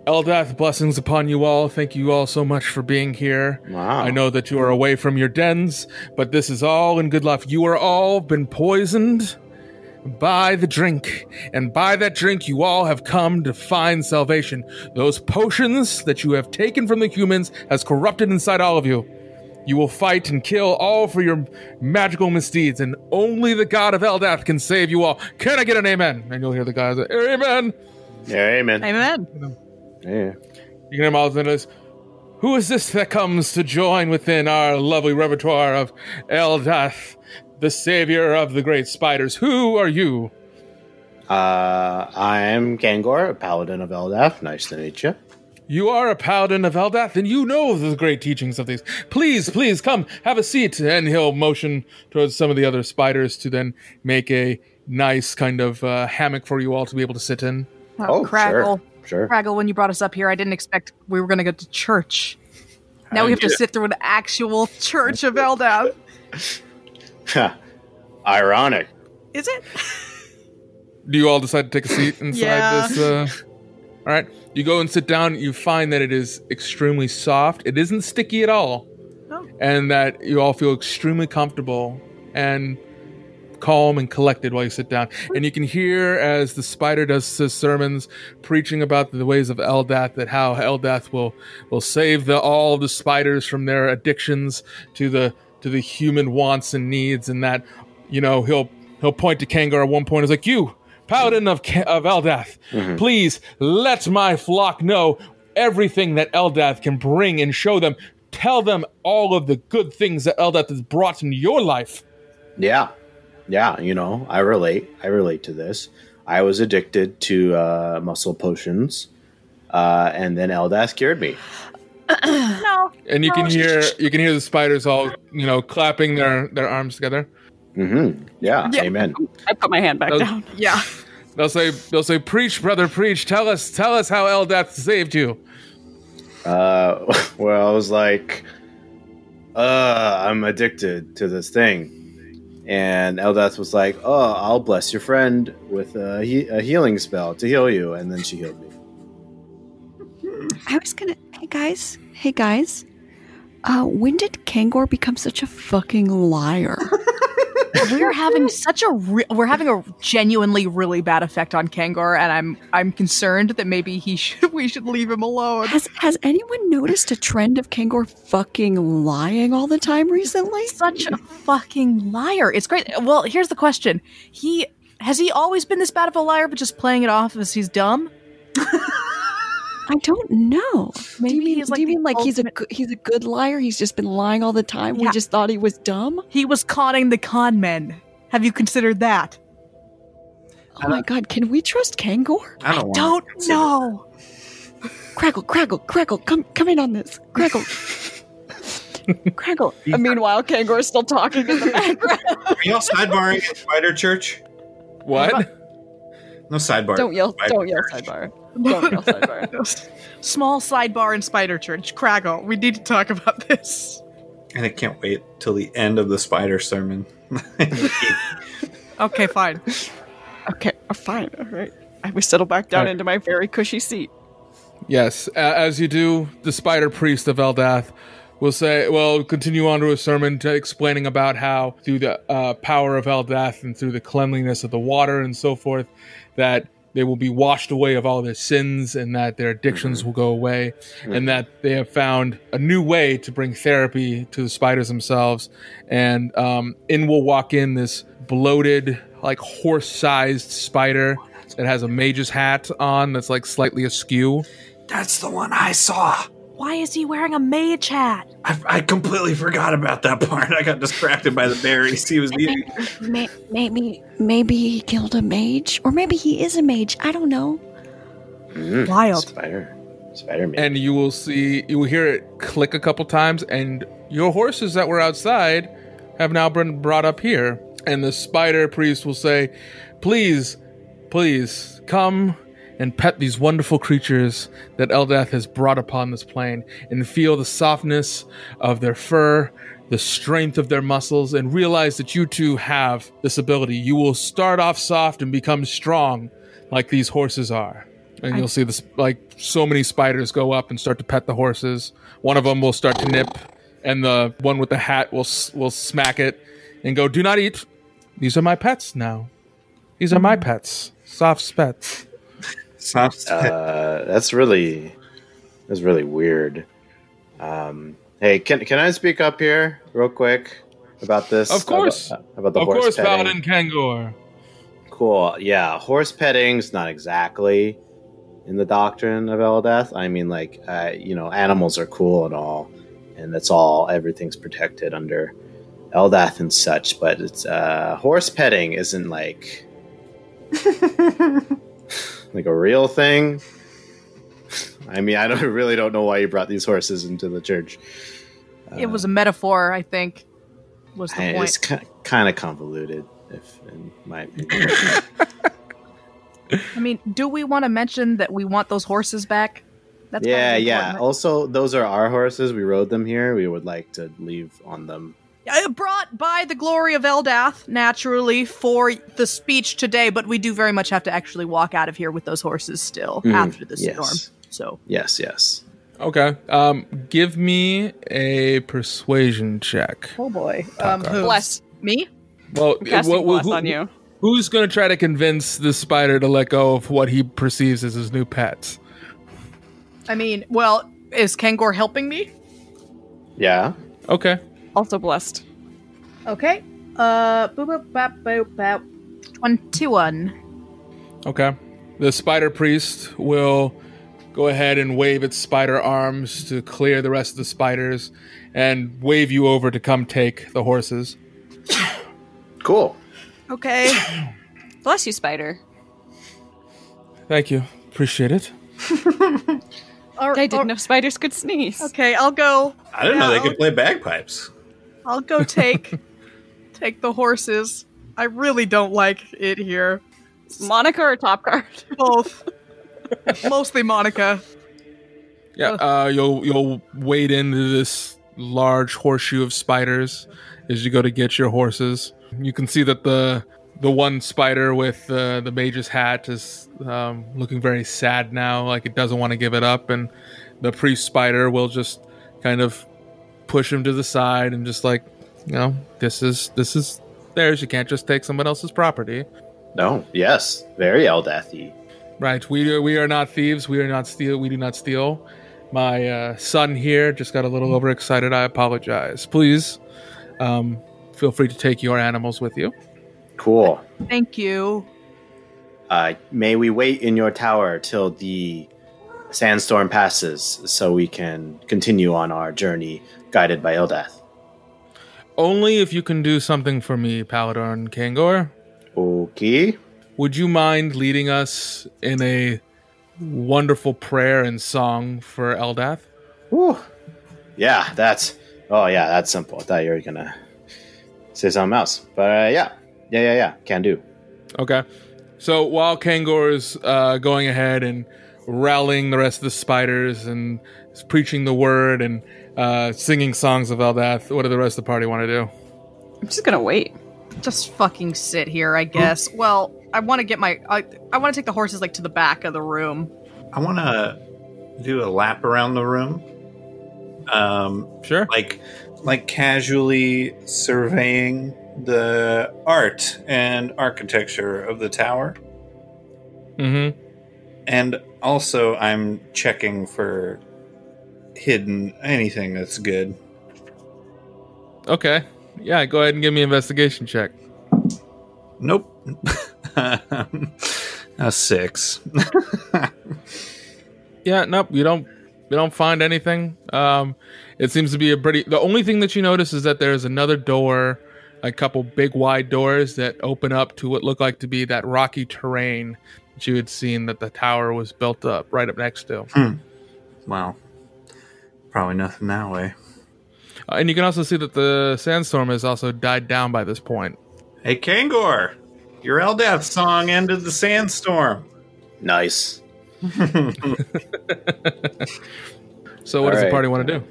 Speaker 2: Eldath blessings upon you all. Thank you all so much for being here.
Speaker 5: Wow.
Speaker 2: I know that you are away from your dens, but this is all in good life. You are all been poisoned by the drink, and by that drink you all have come to find salvation. Those potions that you have taken from the humans has corrupted inside all of you. You will fight and kill all for your magical misdeeds, and only the god of Eldath can save you all. Can I get an amen? And you'll hear the guys, amen.
Speaker 5: Yeah, amen.
Speaker 4: Amen.
Speaker 5: Yeah.
Speaker 2: You can hear mouths into this. Who is this that comes to join within our lovely repertoire of Eldath, the savior of the great spiders? Who are you?
Speaker 5: Uh, I'm Gangor, a paladin of Eldath. Nice to meet you.
Speaker 2: You are a paladin of Eldath, and you know the great teachings of these. Please, please come, have a seat. And he'll motion towards some of the other spiders to then make a nice kind of uh, hammock for you all to be able to sit in.
Speaker 5: Oh,
Speaker 4: Craggle.
Speaker 5: sure. Sure.
Speaker 4: Craggle, when you brought us up here, I didn't expect we were going to go to church. Now we have to sit through an actual church of Eldath.
Speaker 5: Ironic.
Speaker 4: Is it?
Speaker 2: do you all decide to take a seat inside
Speaker 4: Yeah.
Speaker 2: this? Uh... All right, you go and sit down. You find that it is extremely soft. It isn't sticky at all,
Speaker 4: Oh.
Speaker 2: and that you all feel extremely comfortable and calm and collected while you sit down. And you can hear as the spider does his sermons, preaching about the ways of Eldath, that how Eldath will will save the all the spiders from their addictions to the to the human wants and needs, and that you know he'll he'll point to Kangar at one point. He's like, "You, paladin of Ka- of Eldath, please let my flock know everything that Eldath can bring and show them." Tell them all of the good things that Eldath has brought in your life.
Speaker 5: Yeah. Yeah, you know, I relate. I relate to this. I was addicted to uh, muscle potions, uh, and then Eldath cured me.
Speaker 4: No.
Speaker 2: and you can hear you can hear the spiders all you know clapping their their arms together
Speaker 5: hmm Yeah,
Speaker 4: Yeah.
Speaker 5: amen.
Speaker 8: I put my hand back
Speaker 2: Those-
Speaker 8: down.
Speaker 4: Yeah.
Speaker 2: they'll say they'll say preach brother preach tell us tell us how eldath saved you
Speaker 5: Uh, where I was like, uh, I'm addicted to this thing. And Eldath was like, oh, I'll bless your friend with a, he- a healing spell to heal you. And then she healed me.
Speaker 6: I was gonna. Hey guys. Hey guys. Uh, when did Kangor become such a fucking liar?
Speaker 4: we're having such a re- we're having a genuinely really bad effect on Kangor, and I'm I'm concerned that maybe he should we should leave him alone.
Speaker 6: has Has anyone noticed a trend of Kangor fucking lying all the time recently?
Speaker 4: Such a fucking liar. It's great. Well, here's the question: He has he always been this bad of a liar, but just playing it off as he's dumb?
Speaker 6: I don't know. do
Speaker 4: Maybe
Speaker 6: you mean,
Speaker 4: he's like
Speaker 6: do you
Speaker 4: the
Speaker 6: mean like he's a
Speaker 4: ultimate-
Speaker 6: good, he's a good liar? He's just been lying all the time.
Speaker 4: Yeah.
Speaker 6: We just thought he was dumb.
Speaker 4: He was conning the con men. Have you considered that?
Speaker 6: Oh my god, can we trust Kangor?
Speaker 7: I don't,
Speaker 4: Don't
Speaker 7: want to
Speaker 4: know.
Speaker 6: Craggle, Craggle, Craggle, come come in on this. Craggle. Craggle. And meanwhile, Kangor is still talking in the background.
Speaker 7: Are y'all sidebarring at Spider Church?
Speaker 2: what
Speaker 7: No sidebar.
Speaker 6: don't yell,
Speaker 7: Spider
Speaker 6: don't yell
Speaker 7: Church.
Speaker 6: sidebar. Don't yell sidebar.
Speaker 4: Small sidebar in Spider Church. Craggle, we need to talk about this.
Speaker 7: And I can't wait till the end of the spider sermon.
Speaker 4: Okay, fine.
Speaker 8: Okay, uh, fine. All right. I was settled back down
Speaker 2: Alright.
Speaker 8: into my very cushy seat.
Speaker 2: yes a- as you do the spider priest of eldath will say well continue on to a sermon to explaining about how through the uh, power of eldath and through the cleanliness of the water and so forth that they will be washed away of all their sins and that their addictions will go away and that they have found a new way to bring therapy to the spiders themselves and um, in will walk in this bloated like horse-sized spider that has a mage's hat on that's like slightly askew
Speaker 7: That's the one I saw.
Speaker 4: Why is he wearing a mage hat?
Speaker 7: I, I completely forgot about that part. I got distracted by the berries he was eating.
Speaker 6: May- maybe maybe he killed a mage. Or maybe he is a mage. I don't know.
Speaker 5: Mm,
Speaker 4: Wild.
Speaker 5: Spider. Spider Man.
Speaker 2: and you will see you will hear it click a couple times and your horses that were outside have now been brought up here and the spider priest will say please please come and pet these wonderful creatures that Eldath has brought upon this plane and feel the softness of their fur, the strength of their muscles, and realize that you too have this ability. You will start off soft and become strong like these horses are. And you'll see this, like so many spiders go up and start to pet the horses. One of them will start to nip, and the one with the hat will s- will smack it and go, "Do not eat. These are my pets now. These are
Speaker 8: Mm.
Speaker 2: my pets. Soft pets."
Speaker 7: Soft
Speaker 5: Uh, that's really that's really weird. Um, hey, can can I speak up here real quick about this?
Speaker 2: Of course.
Speaker 5: about, about the
Speaker 2: of
Speaker 5: horse
Speaker 2: course, Paladin
Speaker 5: petting.
Speaker 2: Kangor.
Speaker 5: Cool. Yeah, horse petting's not exactly in the doctrine of Eldath. I mean, like uh, you know, animals are cool and all, and that's all. Everything's protected under Eldath and such. But it's uh, horse petting isn't like like a real thing. I mean, I don't really don't know why you brought these horses into the church.
Speaker 4: It was a metaphor, I think. Was the
Speaker 5: I-
Speaker 4: point?
Speaker 5: uh, it's ki- kind of convoluted, if in my opinion.
Speaker 4: I mean, do we want to mention that we want those horses back? That's
Speaker 5: yeah,
Speaker 4: probably
Speaker 5: yeah.
Speaker 4: important.
Speaker 5: Also, those are our horses. We rode them here. We would like to leave on them
Speaker 4: Uh, brought by the glory of Eldath, naturally, for the speech today, but we do very much have to actually walk out of here with those horses still after the storm.
Speaker 5: Hmm, yes.
Speaker 4: So
Speaker 5: Yes, yes.
Speaker 2: Okay. Um, give me a persuasion check.
Speaker 4: Oh boy. Um, who?
Speaker 8: Bless.
Speaker 4: me.
Speaker 2: Well,
Speaker 8: Casting
Speaker 2: wh- wh-
Speaker 8: bless
Speaker 2: who-
Speaker 8: on you.
Speaker 2: Who's gonna try to convince the spider to let go of what he perceives as his new pets?
Speaker 4: I mean, well, is Kangor helping me?
Speaker 5: Yeah.
Speaker 2: Okay.
Speaker 8: Also blessed.
Speaker 4: Okay. Uh, boop, boop, bap, boop, bap. Twenty-one.
Speaker 2: Okay. The spider priest will go ahead and wave its spider arms to clear the rest of the spiders and wave you over to come take the horses.
Speaker 5: Cool.
Speaker 4: Okay.
Speaker 6: Bless you, spider.
Speaker 2: Thank you. Appreciate it.
Speaker 8: I
Speaker 4: All right.
Speaker 6: Oh.
Speaker 8: didn't know spiders could sneeze.
Speaker 4: Okay, I'll go.
Speaker 7: I didn't know
Speaker 4: Yeah,
Speaker 7: they could play bagpipes.
Speaker 4: I'll go take take the horses. I really don't like it here.
Speaker 8: Monica or Top Card?
Speaker 4: Both. Mostly Monica.
Speaker 2: Yeah, uh, you'll you'll wade into this large horseshoe of spiders as you go to get your horses. You can see that the the one spider with uh, the mage's hat is um, looking very sad now, like it doesn't want to give it up, and the priest spider will just kind of push him to the side and just like, you know, this is this is theirs. You can't just take someone else's property,
Speaker 5: No. Yes. Very Eldathy.
Speaker 2: right? We we are not thieves. We are not steal. We do not steal. my uh, son here just got a little overexcited. I apologize. Please um, feel free to take your animals with you.
Speaker 5: Cool.
Speaker 4: Thank you.
Speaker 5: Uh, may we wait in your tower till the sandstorm passes so we can continue on our journey guided by Eldath.
Speaker 2: Only if you can do something for me, Paladorn Kangor.
Speaker 5: Okay.
Speaker 2: Would you mind leading us in a wonderful prayer and song for Eldath?
Speaker 5: Whew. Yeah, that's. Oh, yeah, that's simple. I thought you were going to say something else. But uh, yeah. Yeah, yeah, yeah. Can do.
Speaker 2: Okay. So while Kangor is uh, going ahead and rallying the rest of the spiders and is preaching the word and uh, singing songs of Eldath, what do the rest of the party want to do?
Speaker 6: I'm just gonna wait.
Speaker 4: Just fucking sit here, I guess. Well, I want to get my I, I want to take the horses like to the back of the room.
Speaker 7: I want to do a lap around the room, um,
Speaker 2: Sure.
Speaker 7: like like casually surveying the art and architecture of the tower,
Speaker 2: Mm hmm.
Speaker 7: and also I'm checking for hidden anything that's good.
Speaker 2: Okay. Yeah, go ahead and give me an investigation check.
Speaker 7: Nope. a six.
Speaker 2: Yeah, nope, you don't you don't find anything. Um it seems to be a pretty the only thing that you notice is that there's another door, a couple big wide doors that open up to what looked like to be that rocky terrain that you had seen that the tower was built up right up next to.
Speaker 7: wow. Probably nothing that way.
Speaker 2: Uh, and you can also see that the sandstorm has also died down by this point.
Speaker 7: Hey, Kangor, your Eldath song ended the sandstorm.
Speaker 5: Nice.
Speaker 2: So what
Speaker 5: All
Speaker 2: does the
Speaker 5: right.
Speaker 2: party want to do?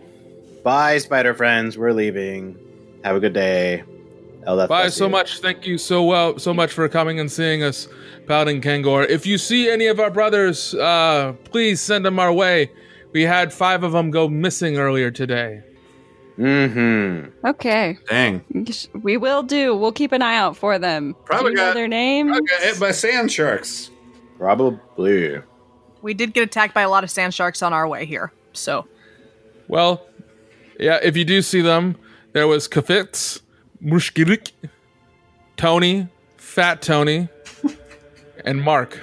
Speaker 5: Bye, spider friends. We're leaving. Have a good day. Eldath.
Speaker 2: Bye
Speaker 5: bless
Speaker 2: so
Speaker 5: you.
Speaker 2: much. Thank you so well, so much for coming and seeing us, Paladin Kangor. If you see any of our brothers, uh, please send them our way. We had five of them go missing earlier today.
Speaker 5: Mm-hmm.
Speaker 6: Okay,
Speaker 7: Dang.
Speaker 6: we will do. We'll keep an eye out for them.
Speaker 7: Probably
Speaker 6: do you know
Speaker 7: got-
Speaker 6: their name.
Speaker 7: I got hit by sand sharks.
Speaker 5: Probably.
Speaker 4: We did get attacked by a lot of sand sharks on our way here. So,
Speaker 2: Well, yeah, if you do see them, there was Kafitz, Mushkirik, Tony, Fat Tony, and Mark.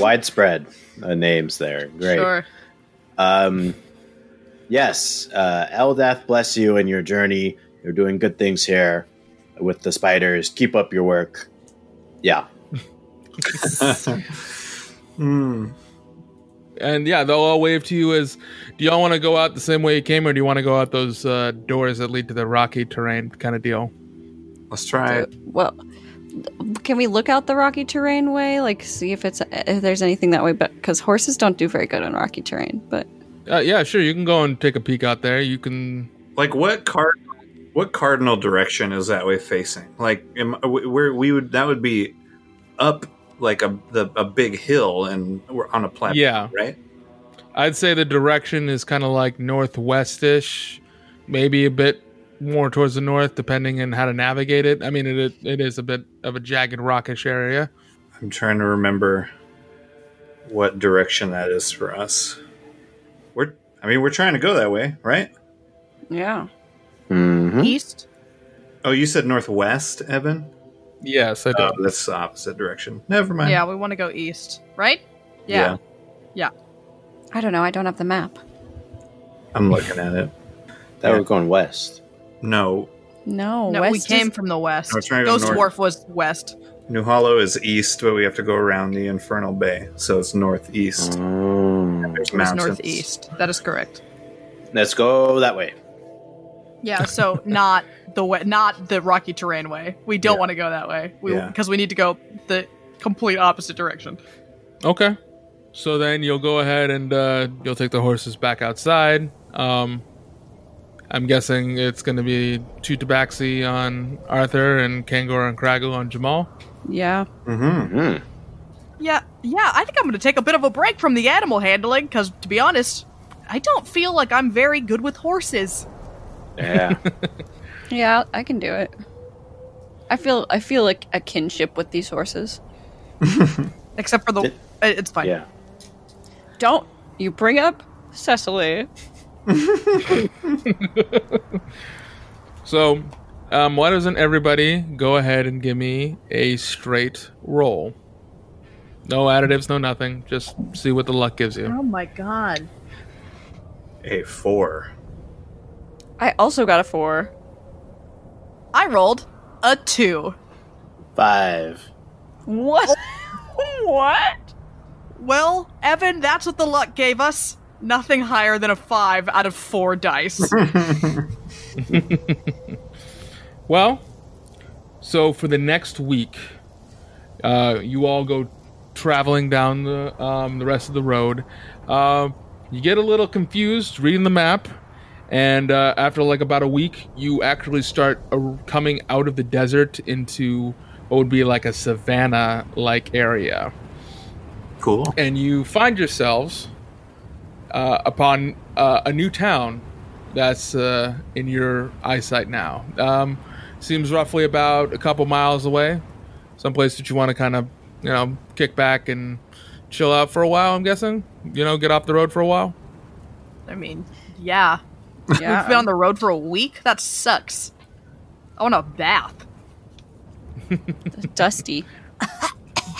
Speaker 5: Widespread uh, names there. Great.
Speaker 4: sure.
Speaker 5: Um, yes, uh, Eldath bless you in your journey. You're doing good things here with the spiders. Keep up your work. Yeah.
Speaker 2: And yeah, they'll all wave to you as do y'all want to go out the same way you came, or do you want to go out those uh, doors that lead to the rocky terrain kind of deal?
Speaker 7: Let's try it.
Speaker 6: Well, can we look out the rocky terrain way? Like, see if it's if there's anything that way. But because horses don't do very good on rocky terrain. But
Speaker 2: Uh, yeah, sure. You can go and take a peek out there. You can
Speaker 7: Like what card? What cardinal direction is that way facing? Like am, where we would that would be up like a the, a big hill and we're on a plateau,
Speaker 2: Yeah.
Speaker 7: right?
Speaker 2: I'd say the direction is kind of like northwestish, maybe a bit more towards the north, depending on how to navigate it. I mean, it it is a bit of a jagged rockish area.
Speaker 7: I'm trying to remember what direction that is for us. We're I mean we're trying to go that way, right?
Speaker 6: Yeah.
Speaker 5: Mhm.
Speaker 4: East?
Speaker 7: Oh, you said northwest, Evan?
Speaker 2: Yes, I do.
Speaker 7: Oh, that's the opposite direction. Never mind.
Speaker 4: Yeah, we want to go east, right?
Speaker 7: Yeah.
Speaker 6: I don't know. I don't have the map.
Speaker 7: I'm looking at it.
Speaker 5: That we're going west.
Speaker 7: No,
Speaker 6: No.
Speaker 4: No,
Speaker 6: west
Speaker 4: we came
Speaker 6: is-
Speaker 4: from the Oh, west.
Speaker 7: No, it's trying to go
Speaker 4: Ghost
Speaker 7: north.
Speaker 4: Wharf was west.
Speaker 7: New Hollow is east, but we have to go around the Infernal Bay, so it's northeast.
Speaker 5: Oh.
Speaker 7: There's
Speaker 4: It was
Speaker 7: mountains.
Speaker 4: northeast. That is correct.
Speaker 5: Let's go that way.
Speaker 4: Yeah, so not the way, not the rocky terrain way. We don't
Speaker 7: Yeah.
Speaker 4: want to go that way. We
Speaker 7: Yeah.
Speaker 4: because we need to go the complete opposite direction.
Speaker 2: Okay. So then you'll go ahead and uh, you'll take the horses back outside. Um, I'm guessing it's going to be two Tabaxi on Arthur and Kangor and Kragu on Jamal.
Speaker 6: Yeah.
Speaker 7: Mm-hmm.
Speaker 5: Mm.
Speaker 4: Yeah, yeah. I think I'm going to take a bit of a break from the animal handling because, to be honest, I don't feel like I'm very good with horses.
Speaker 5: Yeah.
Speaker 6: Yeah. I can do it. I feel. I feel like a kinship with these horses.
Speaker 4: Except for the,
Speaker 5: It-
Speaker 4: uh, it's fine.
Speaker 5: yeah.
Speaker 6: Don't you bring up Cecily?
Speaker 2: So, um, why doesn't everybody go ahead and give me a straight roll? No additives, no nothing. Just see what the luck gives you.
Speaker 4: Oh my god.
Speaker 7: A four.
Speaker 6: I also got a four.
Speaker 4: I rolled a two.
Speaker 5: Five.
Speaker 6: What? what?
Speaker 4: Well, Evan, that's what the luck gave us. Nothing higher than a five out of four dice.
Speaker 2: Well, so for the next week, uh, you all go traveling down the um, the rest of the road. Uh, you get a little confused reading the map, and uh, after like about a week, you actually start uh, coming out of the desert into what would be like a savanna like area
Speaker 7: Cool.
Speaker 2: and you find yourselves uh, upon uh, a new town that's uh, in your eyesight now. Um, seems roughly about a couple miles away, someplace that you want to kind of, you know, kick back and chill out for a while. I'm guessing, you know, get off the road for a while.
Speaker 4: I mean, yeah. We've
Speaker 6: Yeah.
Speaker 4: been on the road for a week? That sucks. I want a bath.
Speaker 6: Dusty.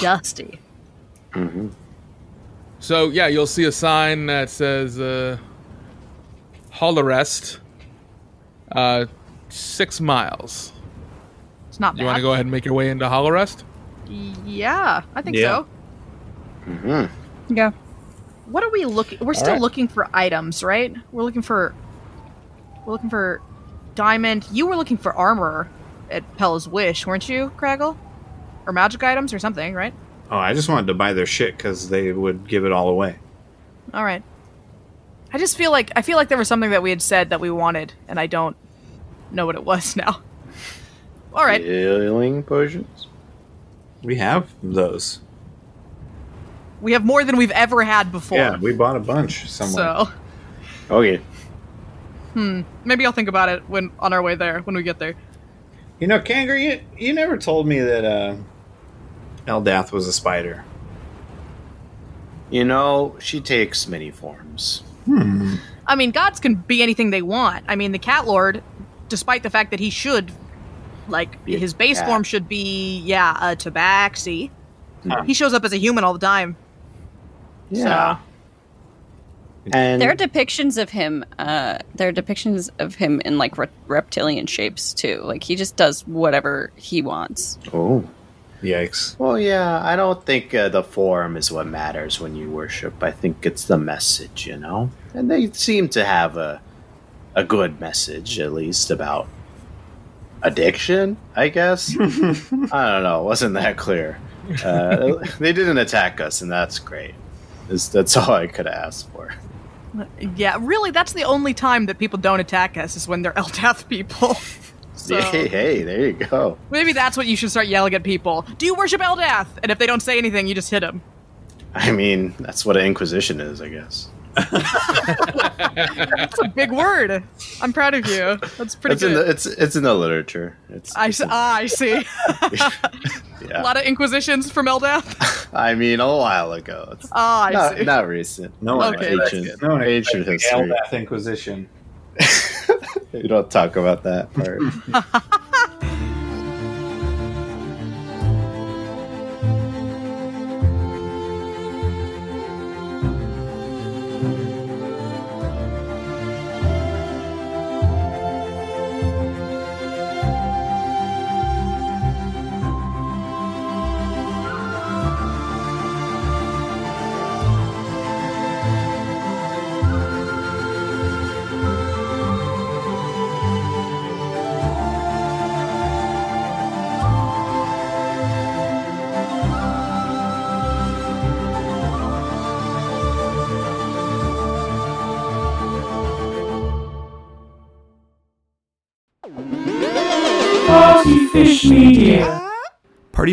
Speaker 4: Dusty.
Speaker 2: So yeah, you'll see a sign that says uh, "Hall Arrest," uh, six miles.
Speaker 4: It's not bad.
Speaker 2: You want to go ahead and make your way into Hall Arrest?
Speaker 4: Yeah, I think
Speaker 7: Yeah.
Speaker 4: so.
Speaker 7: Mm-hmm.
Speaker 6: Yeah.
Speaker 4: What are we looking We're still
Speaker 2: right.
Speaker 4: looking for items, right? We're looking for We're looking for diamond. You were looking for armor at Pella's wish, weren't you, Craggle? Or magic items or something, right?
Speaker 7: Oh, I just wanted to buy their shit because they would give it all away.
Speaker 4: All right. I just feel like I feel like there was something that we had said that we wanted, and I don't know what it was now. All right.
Speaker 5: Healing potions.
Speaker 7: We have those.
Speaker 4: We have more than we've ever had before.
Speaker 7: Yeah, we bought a bunch somewhere.
Speaker 4: so
Speaker 5: Okay.
Speaker 4: maybe I'll think about it when on our way there when we get there.
Speaker 7: You know, Kanger, you you never told me that uh, Eldath was a spider.
Speaker 5: You know, she takes many forms.
Speaker 4: I mean, gods can be anything they want. I mean, the cat lord, despite the fact that he should, like,
Speaker 5: Be a
Speaker 4: his base
Speaker 5: cat.
Speaker 4: form should be, yeah, a tabaxi. He shows up as a human all the time.
Speaker 5: Yeah. And
Speaker 6: There are depictions of him. Uh, there are depictions of him in like re- reptilian shapes too. Like he just does whatever he wants.
Speaker 5: oh.
Speaker 7: Yikes.
Speaker 5: Well, yeah, I don't think uh, the form is what matters when you worship. I think it's the message, you know? And they seem to have a, a good message, at least, about addiction, I guess. I don't know. Wasn't that clear? Uh, they didn't attack us, and that's great. It's, that's all I could ask for.
Speaker 4: Yeah, really, that's the only time that people don't attack us is when they're Eldath people. so
Speaker 5: hey, hey, there you go.
Speaker 4: maybe that's what you should start yelling at people. Do you worship Eldath? And if they don't say anything, you just hit them.
Speaker 5: I mean, that's what an Inquisition is, I guess.
Speaker 4: That's a big word. I'm proud of you. That's pretty
Speaker 5: It's in
Speaker 4: good.
Speaker 5: the it's it's in the literature. It's,
Speaker 4: I,
Speaker 5: it's
Speaker 4: s- ah, I see.
Speaker 5: in-
Speaker 4: a
Speaker 5: yeah.
Speaker 4: lot of inquisitions from Eldath.
Speaker 5: I mean, a while ago. It's
Speaker 4: Ah, I
Speaker 5: not,
Speaker 4: see.
Speaker 5: not recent.
Speaker 7: No one
Speaker 4: Okay, that's
Speaker 5: ancient,
Speaker 7: No one
Speaker 5: ancient
Speaker 7: expects
Speaker 5: history.
Speaker 7: Eldath Inquisition.
Speaker 5: We don't talk about that part.
Speaker 7: Party